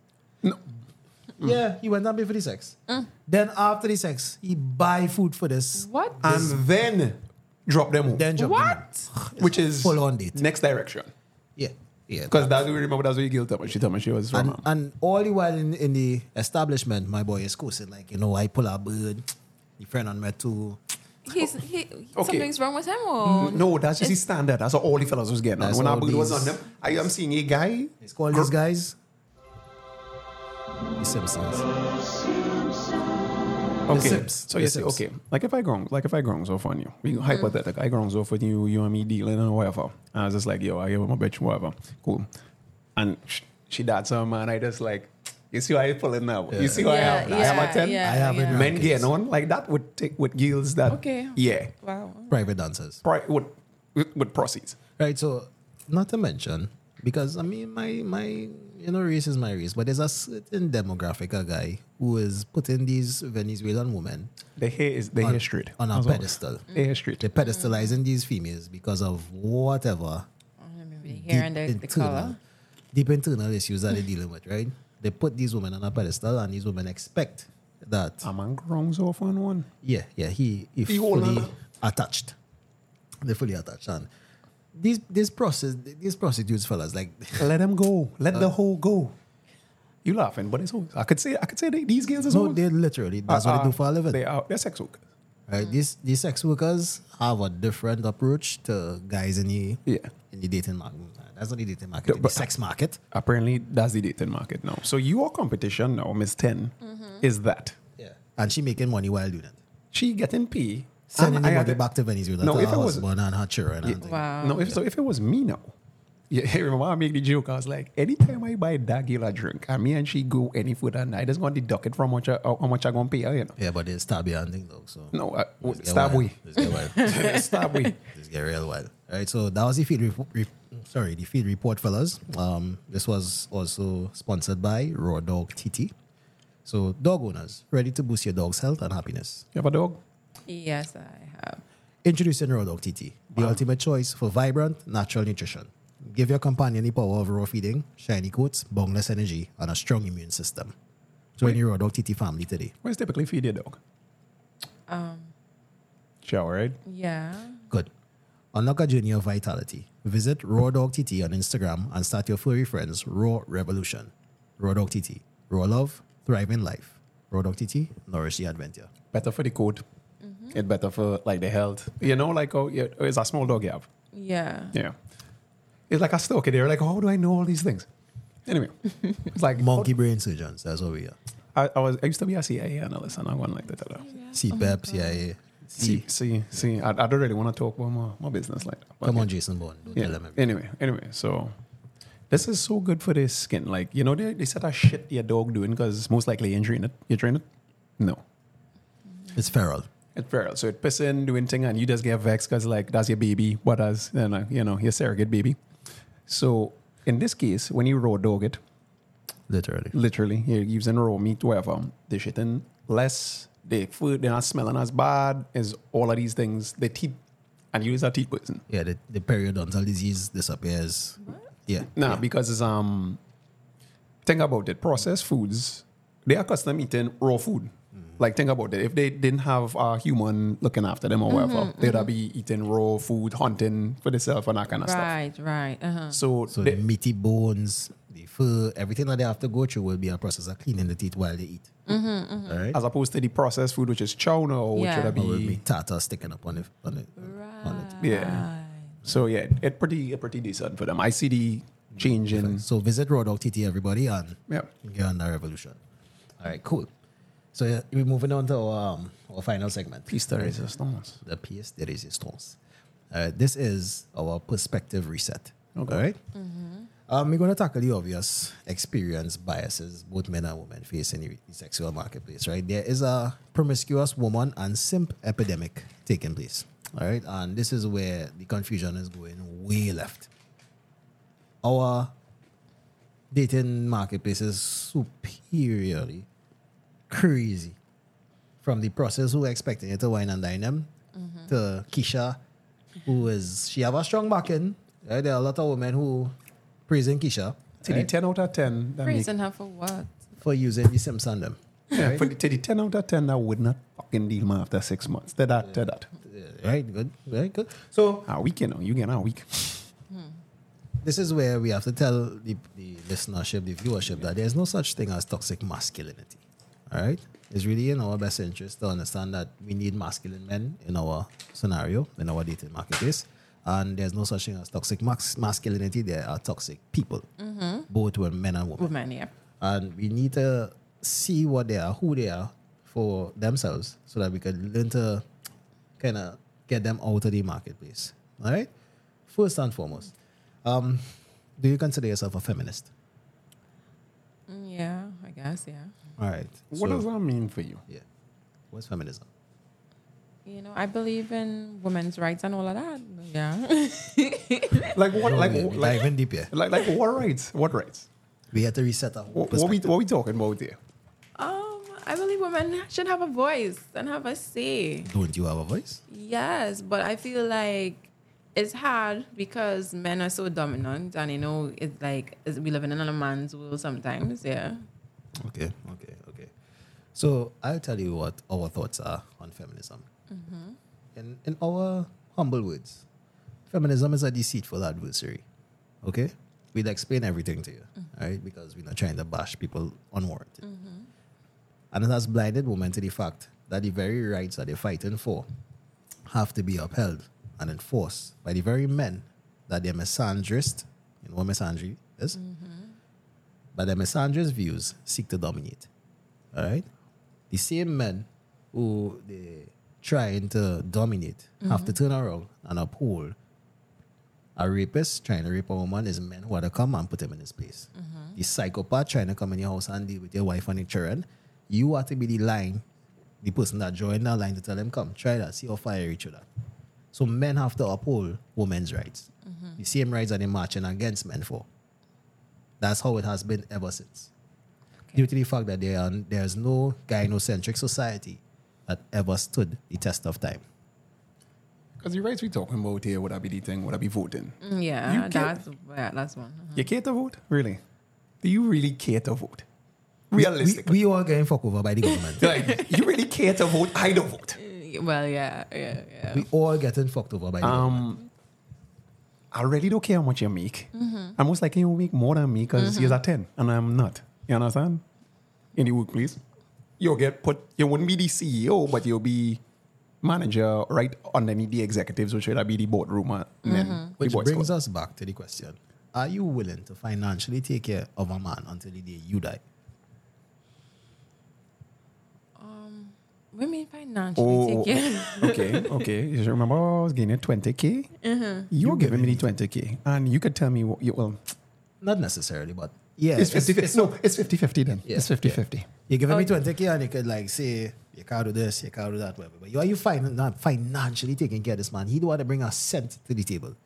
B: No. Mm.
C: Yeah, he went and paid for the sex.
D: Mm.
C: Then after the sex, he buy food for this.
D: What?
B: And then drop them home,
C: Then job
D: what?
B: which is
C: full on date.
B: Next direction.
C: Yeah, yeah.
B: Because that's what remember that's what you guilt her, but she told me she was from um,
C: And, and all the while in, in the establishment, my boy is coasting like you know I pull a bird. The friend on met too.
D: He's he,
B: Okay.
D: something's wrong with him or
B: No, that's just his standard. That's what all the fellas was getting on.
C: That's
B: When I
C: all
B: was
C: these-
B: on them, I am seeing a guy.
C: It's called these guys. The Simpsons.
B: Okay.
C: Sims.
B: So you
C: The
B: see,
C: Sims.
B: okay. Like if I grown, like if I grown off on you, we go hypothetical. I grown off with you, you and me dealing and whatever. And I was just like, yo, I give him a bitch, whatever. Cool. And sh- she that's her man. I just like, you see what I pulling now. You see what I have. now? I have a ten.
D: yeah,
C: I have it
D: yeah.
C: right.
B: Men getting on like that would take with gills that.
D: Okay.
B: Yeah.
D: Wow.
C: Private dancers.
B: Pri- would with, with proceeds.
C: Right, so not to mention, because I mean, my my you know race is my race, but there's a certain demographic of guy who is putting these Venezuelan women
B: The hair is the hair straight
C: on a
B: That's all.
C: pedestal.
B: The hair straight.
C: They're pedestalizing these females because of whatever
D: I remember the hair and the, the color.
C: deep internal issues that they're dealing with. Right, they put these women on a pedestal, and these women expect that
B: Am I grown off on one?
C: Yeah, yeah. He if
B: Ah. He hold
C: fully
B: on.
C: attached. They're fully attached. And these these process these prostitutes fellas, like
B: Let them go. Let
C: Uh.
B: the whole go. You laughing, but it's whole. I could say I could say they, these girls is
C: no,
B: whole.
C: they literally that's what they do for a living.
B: Ah, They are they're sex workers.
C: right? These these sex workers have a different approach to guys in the
B: Yeah.
C: in the dating market. That's not the dating market, in the
B: but-
C: sex market.
B: Apparently, that's the dating market now. So your competition now, Miss 10 is that
C: Yeah. And she making money while doing it.
B: she getting pay.
C: Sending
B: and
C: the
B: Um, I
C: money
B: had-
C: back to Venezuela
B: No,
C: to
B: if
C: her
B: it was-
C: husband and her children. and thing.
D: Wow.
B: No, if so, if it was me now, yeah, remember I make the joke. I was like, anytime I buy that girl a drink, and me and she go any food and I just gonna deduct it from how much I, how much I gonna pay her. You know,
C: Yeah, but it's tabby and thing though. So
B: no, I,
C: It's get
B: stab
C: wild.
B: we,
C: It's get wild.
B: stab we.
C: Let's get real wild. All right, so that was the field report. sorry, the field report, fellas. Um, this was also sponsored by Raw Dog TT. So, dog owners ready to boost your dog's health and happiness.
B: You have a dog?
D: Yes, I have.
C: Introducing Raw Dog TT, the ultimate choice for vibrant, natural nutrition. Give your companion the power of raw feeding, shiny coats, boundless energy, and a strong immune system. Join your Raw Dog TT family today.
B: Where's typically feed your dog? Um, shower, right?
D: Yeah.
C: Good. Unlock a journey of vitality. Visit Raw Dog TT on Instagram and start your furry friends Raw Revolution. Raw Dog TT. Raw love, thriving life. Raw Dog TT, nourish the adventure.
B: Better for the coat. It's better for like the health. You know, like oh, yeah, it's a small dog you have.
D: Yeah.
B: Yeah, it's like a stalker. They're like, how do I know all these things? Anyway, it's like
C: Monkey brain surgeons, that's what we are.
B: I, I was I used to be a CIA analyst, and I wouldn't like to tell her.
C: CPAP, CIA.
B: See,
C: C.
B: see, see. I, I don't really want to talk about my, my business like that. but
C: Come on,
B: yeah.
C: Jason Bourne. Don't
B: Yeah.
C: tell them everything.
B: Anyway, anyway, so this is so good for the skin. Like, you know, they, they said that shit your dog doing because most likely injuring it. You train it? No.
C: It's feral.
B: It's feral. So it pissing, doing thing, and you just get vexed because, like, that's your baby. What does, you know, you know, your surrogate baby. So in this case, when you raw dog it,
C: Literally.
B: literally, you're using raw meat, whatever, they're shitting less. The food, they're not smelling as bad as all of these things. The teeth, and you use a teeth poison.
C: Yeah, the, the periodontal disease disappears. Yeah.
B: Nah, because it's, um, think about it. Processed foods, they are custom eating raw food.
C: Mm.
B: Like think about it. If they didn't have a human looking after them or
D: Mm-hmm,
B: whatever, they'd be eating raw food, hunting for themselves and that kind of stuff.
D: Right. Right. Uh huh.
B: So,
C: So
B: they-
C: the meaty bones, the fur, everything that they have to go through will be a process of cleaning the teeth while they eat. All right.
B: as opposed to the processed food, which is chow now, which
D: Yeah.
B: would
C: Or will be
B: be
C: tartar sticking up on it. On it.
D: Right.
B: yeah. So yeah, it pretty it pretty decent for them. I see the change in
C: So visit Raw Dog TT, everybody, and
B: yeah.
C: get on the revolution. All right, cool. So yeah, we're moving on to our, um, our final segment.
B: Peace de resistance.
C: The pièce de résistance. All right, this is our perspective reset. All right? Um, we're going to tackle the obvious experience biases both men and women face in the sexual marketplace, right? There is a promiscuous woman and simp epidemic taking place, all right? And this is where the confusion is going way left. Our dating marketplace is superiorly crazy from the process who expecting you to wine and dine them to Keisha, who is she have a strong backing. Right? There are a lot of women who praising Keisha
B: to the
C: Right.
B: 10 out of 10 that make,
D: Praising her for what?
C: for using the Simpson them.
B: yeah, for the, to the 10 out of 10 that would not fucking deal man after six months. They're that, they're that.
C: Right, good, right, good. So
B: A week, Ah, oh, you know, you get a week.
C: this is where we have to tell the, the listenership, the viewership, that there's no such thing as toxic masculinity. All right, it's really in our best interest to understand that we need masculine men in our scenario, in our dating marketplace, and there's no such thing as toxic mas- masculinity. There are toxic people, both with men and women.
D: Woman, yeah.
C: and we need to see what they are, who they are for themselves, so that we can learn to kind of get them out of the marketplace. All right, first and foremost, um, do you consider yourself a feminist?
D: Mm, Yeah, I guess, yeah.
C: All right,
B: What
C: so-
B: does that mean for you?
C: Yeah, what's feminism?
D: You know, I believe in women's rights and all of that. Yeah.
B: Like what? Like
C: Yeah,
B: like
C: we
B: like,
C: diving deep here.
B: like, what rights? What rights?
C: We had to reset our
B: What,
C: whole
B: what we
C: perspective.
B: what we talking about there?
D: um, I believe women should have a voice and have a say.
C: Don't you have a voice?
D: Yes, but I feel like it's hard because men are so dominant, and you know, it's like it's, we live in another man's world sometimes. Yeah.
C: Okay, okay, okay. So I'll tell you what our thoughts are on feminism. In, in our humble words, feminism is a deceitful adversary. Okay? We'll explain everything to you, all right? Because we're not trying to bash people unwarranted. And it has blinded women to the fact that the very rights that they're fighting for have to be upheld and enforced by the very men that they're misandrist, you know what misandry is? but the misandrist views seek to dominate. All right? The same men who they trying to dominate have to turn around and uphold a rapist trying to rape a woman is men who are to come and put him in his place. The psychopath trying to come in your house and deal with your wife and your children, you are to be the line, the person that joined that line to tell them, come, try that, see how far you reach with that. So men have to uphold women's rights. The same rights that they're marching against men for. That's how it has been ever since. Due to the fact that there are, there's no gynocentric society that ever stood the test of time.
B: Because the rights we talking about here would I be the thing? Would I be voting?
D: Mm,
B: You
D: Yeah,
B: can't-
D: that's yeah, that's one. Mhm.
B: Mm-hmm. You care to vote? Really? Do you really care to vote?
C: We,
B: Realistically,
C: we are getting fucked over by the government.
B: like, you really care to vote? I don't vote.
D: Mm, Well, yeah, yeah, yeah.
C: we all getting fucked over by the government.
B: Um, I really don't care how much you make. I'm most likely you make more than me because you're a 10 and I'm not. You understand? In the workplace, you'll get put, you wouldn't be the CEO, but you'll be manager right underneath the executives, which will be the boardroom. uh, And then the
C: Which
B: boys
C: brings
B: club.
C: us back to the question. Are you willing to financially take care of a man until the day you die?
D: Women financially
B: Oh,
D: take care.
B: okay, okay. You remember I was getting 20K? You're giving me the 20K. And you could tell me what you, well,
C: Not necessarily, but yeah.
B: it's
C: it's-
B: 50 No, it's 50 50 then.
C: Yeah,
B: it's
C: yeah.
B: 50 50.
C: You're giving me 20K and you could like say, you can't do this, you can't do that, whatever. But you are you fin- not financially taking care of this man? He don't want to bring a cent to the table.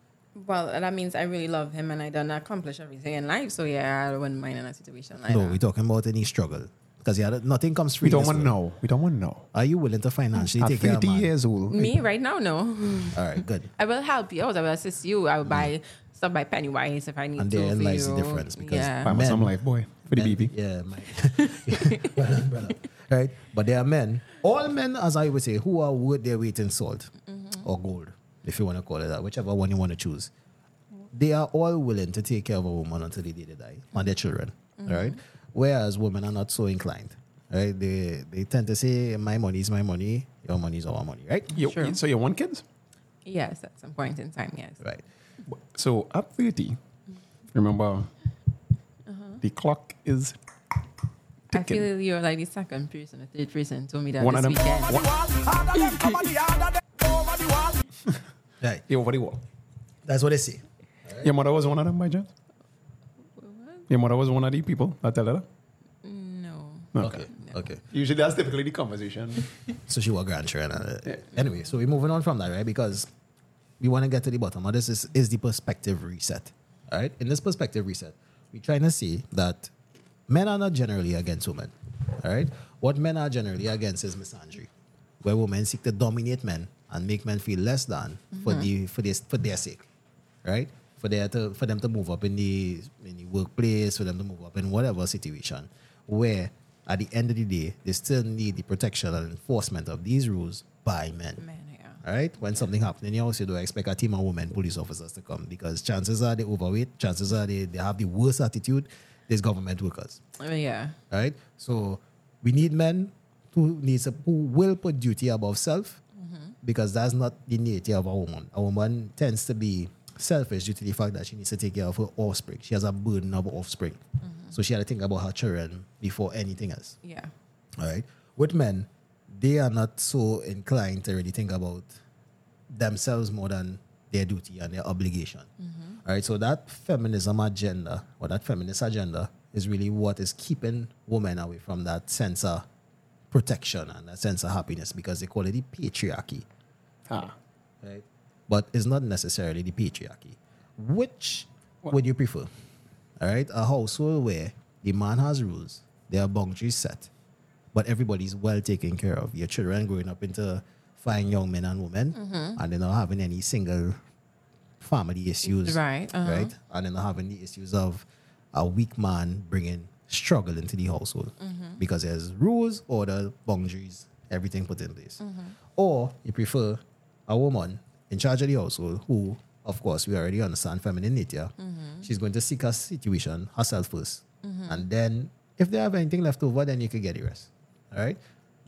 D: well, that means I really love him, and I don't accomplish everything in life. So yeah, I wouldn't mind in a situation like
C: No,
D: that.
C: we're talking about any struggle. Because yeah, nothing comes free.
B: We don't
C: this
B: want to
C: way.
B: know. We don't want to know.
C: Are you willing to financially
B: At
C: take care of
B: 50
C: man?
B: Ah, years old.
D: Me right now, no.
C: All right, good.
D: I will help you. I will assist you. I will buy stuff by Pennywise if I need
C: Mm. And
D: to.
C: therein
D: for
C: lies the
D: you.
C: difference, because
D: yeah.
B: Find me
C: Men-
B: some life boy for the
C: Men-
B: BB.
C: Yeah, my well done, brother. Right? But there are men, all men, as I would say, who are worth their weight in salt or gold, if you want to call it that, whichever one you want to choose. They are all willing to take care of a woman until the day they die and their children. Right? Whereas women are not so inclined. Right? They they tend to say, My money is my money, your money is our money, right?
B: You-
D: Sure.
B: So you want kids?
D: Yes, at some point in time, yes.
C: Right.
B: So at 30, remember,
D: Uh-huh.
B: the clock is
D: I
B: ticking.
D: feel you're like the second person, the third person told me that
B: One
D: this
B: of them-
D: weekend.
C: Right.
B: You're over the wall.
C: That's what they say.
B: Your mother was one of them by chance? Your mother was one of the people that tell her that?
D: No.
C: Okay. Okay.
B: Usually that's typically the conversation.
C: So she was grandchildren. And, uh,
B: Yeah.
C: Anyway, so we're moving on from that, right? Because we want to get to the bottom of this is, is the perspective reset. All right. In this perspective reset, we're trying to see that men are not generally against women. All right. What men are generally against is misandry, where women seek to dominate men and make men feel less than for the for this for their sake. Right? for there to for them to move up in the in the workplace, for them to move up in whatever situation, where at the end of the day they still need the protection and enforcement of these rules by men.
D: Man, yeah.
C: All right, when something happens, you also do expect a team of women police officers to come because chances are they overweight, chances are they, they have the worst attitude. These government workers.
D: I mean, yeah.
C: Right? So we need men who needs a, who will put duty above self because that's not the nature of a woman. A woman tends to be selfish due to the fact that she needs to take care of her offspring. She has a burden of offspring. So she had to think about her children before anything else.
D: Yeah.
C: All right. With men, they are not so inclined to really think about themselves more than their duty and their obligation. All right. So that feminism agenda or that feminist agenda is really what is keeping women away from that sense of protection and that sense of happiness because they call it the patriarchy
B: Ah.
C: right? But it's not necessarily the patriarchy. Which would you prefer? All right, a household where the man has rules, there are boundaries set, but everybody's well taken care of. Your children growing up into fine young men and women, and they're not having any single family issues,
D: Right, uh-huh.
C: Right, and they're not having the issues of a weak man bringing struggle into the household
D: Mm-hmm.
C: because there's rules, order, boundaries, everything put in place.
D: Mm-hmm.
C: Or you prefer a woman in charge of the household who, of course, we already understand feminine nature.
D: Mm-hmm.
C: She's going to seek her situation herself 1st And then if they have anything left over, then you could get the rest. All right.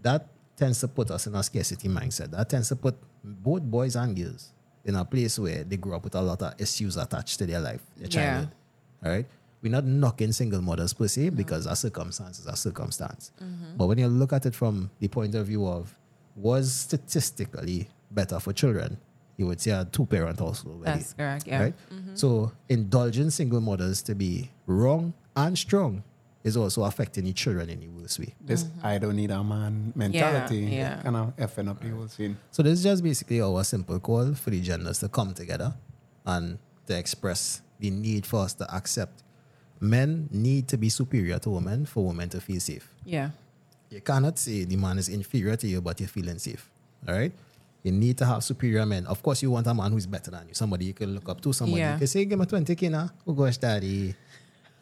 C: That tends to put us in a scarcity mindset. That tends to put both boys and girls in a place where they grow up with a lot of issues attached to their life, their
D: Yeah.
C: childhood. All right. We're not knocking single mothers per se because our circumstance is our circumstance.
D: Mm-hmm.
C: But when you look at it from the point of view of was statistically better for children, you would say a two parent household. where
D: That's
C: they-
D: correct. Yeah. Mm-hmm.
C: Right? So indulging single mothers to be wrong and strong is also affecting the children in the worst way.
B: This I don't need a man mentality.
D: Uh-huh. yeah.
B: Kind of effing up the whole scene.
C: So this is just basically our simple call for the genders to come together and to express the need for us to accept men need to be superior to women for women to feel safe.
D: Yeah.
C: You cannot say the man is inferior to you, but you're feeling safe. All right? You need to have superior men. Of course, you want a man who's better than you, somebody you can look up to, somebody
D: Yeah.
C: you can say, Give me 20K now. Oh, gosh, daddy.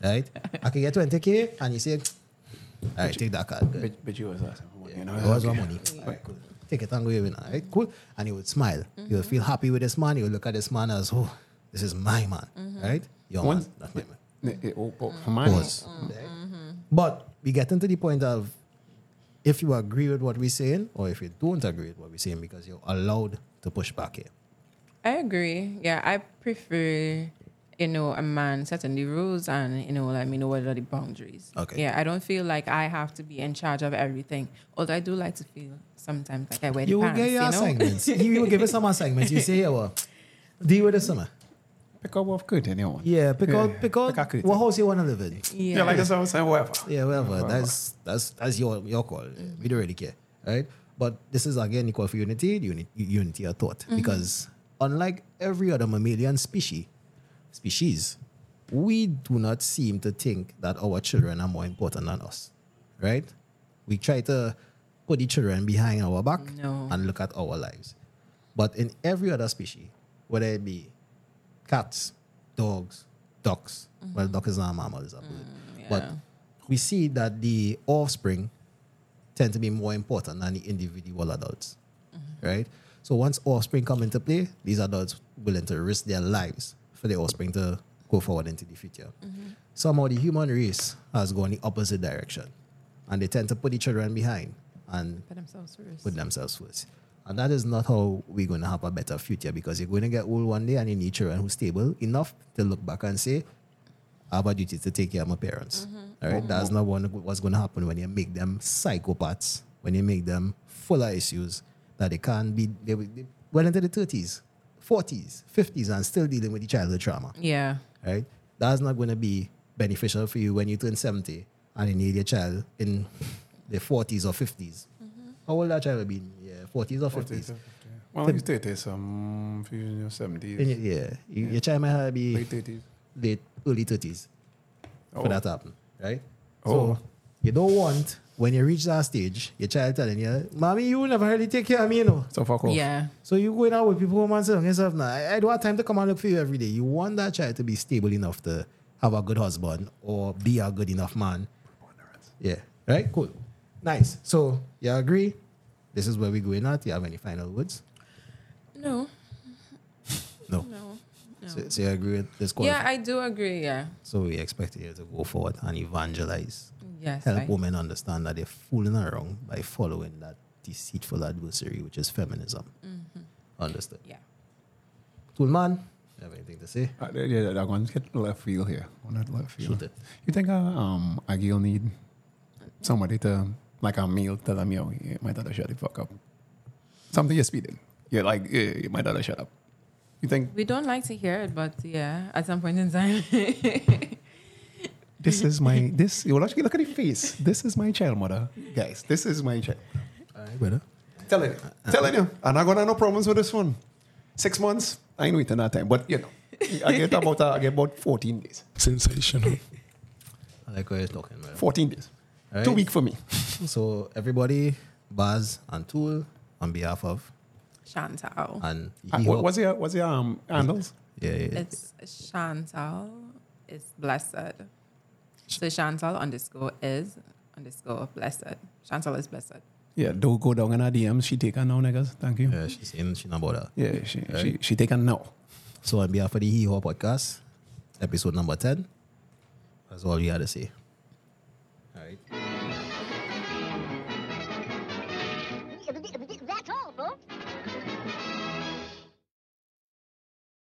C: Right? I can get 20K. And you say, All right, take that card. Good.
B: But, but you was asking for money. You know,
C: It was
B: okay.
C: one money. Alright, cool. Take it and go away now. Alright, cool. And he would smile.
B: Mhm.
C: He would feel happy with this man. He would look at this man as, oh, this is my man.
B: Mhm.
C: Right? Your
B: Once-
C: man, not my man.
B: It- it- oh, oh,
D: Uh-huh.
B: for money.
C: Pause. Right? But we get into the point of if you agree with what we're saying or if you don't agree with what we're saying because you're allowed to push back here.
D: I agree. Yeah, I prefer, you know, a man setting the rules and, you know, let me know what are the boundaries.
C: Okay.
D: Yeah, I don't feel like I have to be in charge of everything. Although I do like to feel sometimes like I wear the
C: You will
D: pants,
C: get your
D: you know?
C: assignments. you will give us some assignments. You say, yeah, well, deal with this summer.
B: Pick up off good, anyone.
C: Yeah, pick out,
B: Yeah.
C: pick out,
B: Pick a curtain.
C: what house you want to live in.
D: Yeah.
B: Yeah, like that's what I was saying, whatever.
C: Yeah, whatever. That's that's that's your your call. We don't really care, right? But this is again the call for unity, the uni- unity of thought, because unlike every other mammalian species, species, we do not seem to think that our children are more important than us, right? We try to put the children behind our back
D: No.
C: and look at our lives, but in every other species, whether it be cats, dogs, ducks. Well, duck is not a mammal, it's a bird. But
D: yeah.
C: we see that the offspring tend to be more important than the individual adults, right? So once offspring come into play, these adults willing to risk their lives for their offspring to go forward into the future. Somehow the human race has gone the opposite direction, and they tend to put the children behind and
D: Put themselves first.
C: put themselves first. And that is not how we're going to have a better future because you're going to get old one day and you need children who's stable enough to look back and say, I have a duty to take care of my parents. All right? That's not one, what's going to happen when you make them psychopaths, when you make them full of issues that they can't be, they, will- they well into the 30s, 40s, 50s, and still dealing with the childhood trauma
D: yeah.
C: right? That's not going to be beneficial for you when you turn 70 and you need your child in the 40s or 50s. How old that child will be? in, Yeah, 40s or 50s.
B: Well, you stated some few in your 70s,
C: In your- yeah, you- your child might have be
B: late 80s.
C: late early 30s
B: Oh.
C: for that to happen, right?
B: Oh.
C: So you don't want when you reach that stage, your child telling you, Mommy, you never really take care of me, you know.
B: So fuck off.
D: Yeah.
C: So you going out with people who man say to yourself, nah, I, I don't have time to come and look for you every day. You want that child to be stable enough to have a good husband or be a good enough man. Yeah. Right? Cool. Nice. So you agree? This is where we're going at. You have any final words?
D: No.
C: No.
D: No. No.
C: So, so you agree with this call?
D: yeah, I do agree. Yeah.
C: So we expect you to go forward and evangelize.
D: Yes.
C: Help
D: I-
C: women understand that they're fooling around by following that deceitful adversary, which is feminism.
D: Mm-hmm.
C: Understood.
D: yeah.
C: Toolman, you have anything to say?
B: Uh, yeah, yeah, that one's hit left field here. One at left field.
C: Shoot it.
B: You think uh, um, a girl need somebody to, like a male, tell them, yo, yeah, my daughter shut the fuck up. Something you're speeding. You're like, yeah, my daughter shut up. You think
D: We don't like to hear it, but yeah, at some point in time.
B: this is my, this, you will actually look at the face. This is my child, mother. Guys, this is my child.
C: All right, brother.
B: Telling you. Telling you. And I'm going to have no problems with this one. Six months, I ain't waiting that time. But, you know, I get about, uh, I get about 14 days.
A: Sensational.
C: I like what you're talking about.
B: 14 days.
C: All
B: Too
C: right.
B: weak for me.
C: So everybody, Baz and Tool, on behalf of
D: Chantal.
C: and
B: Uh,
C: Yeehawk.
B: what, what's your, what's your um, handles?
C: yeah, yeah, yeah.
D: It's Chantal. It's blessed. So Chantal underscore is underscore blessed. Chantal is blessed.
B: Yeah, don't go down in her DMs. She take her now, niggas. Thank you.
C: Yeah, she's in. She's not bother.
B: Yeah, she she,
C: Right.
B: she take her now.
C: So on behalf of the Hee Haw podcast, episode number ten. That's all we had to say. All right.
E: Hãy subscribe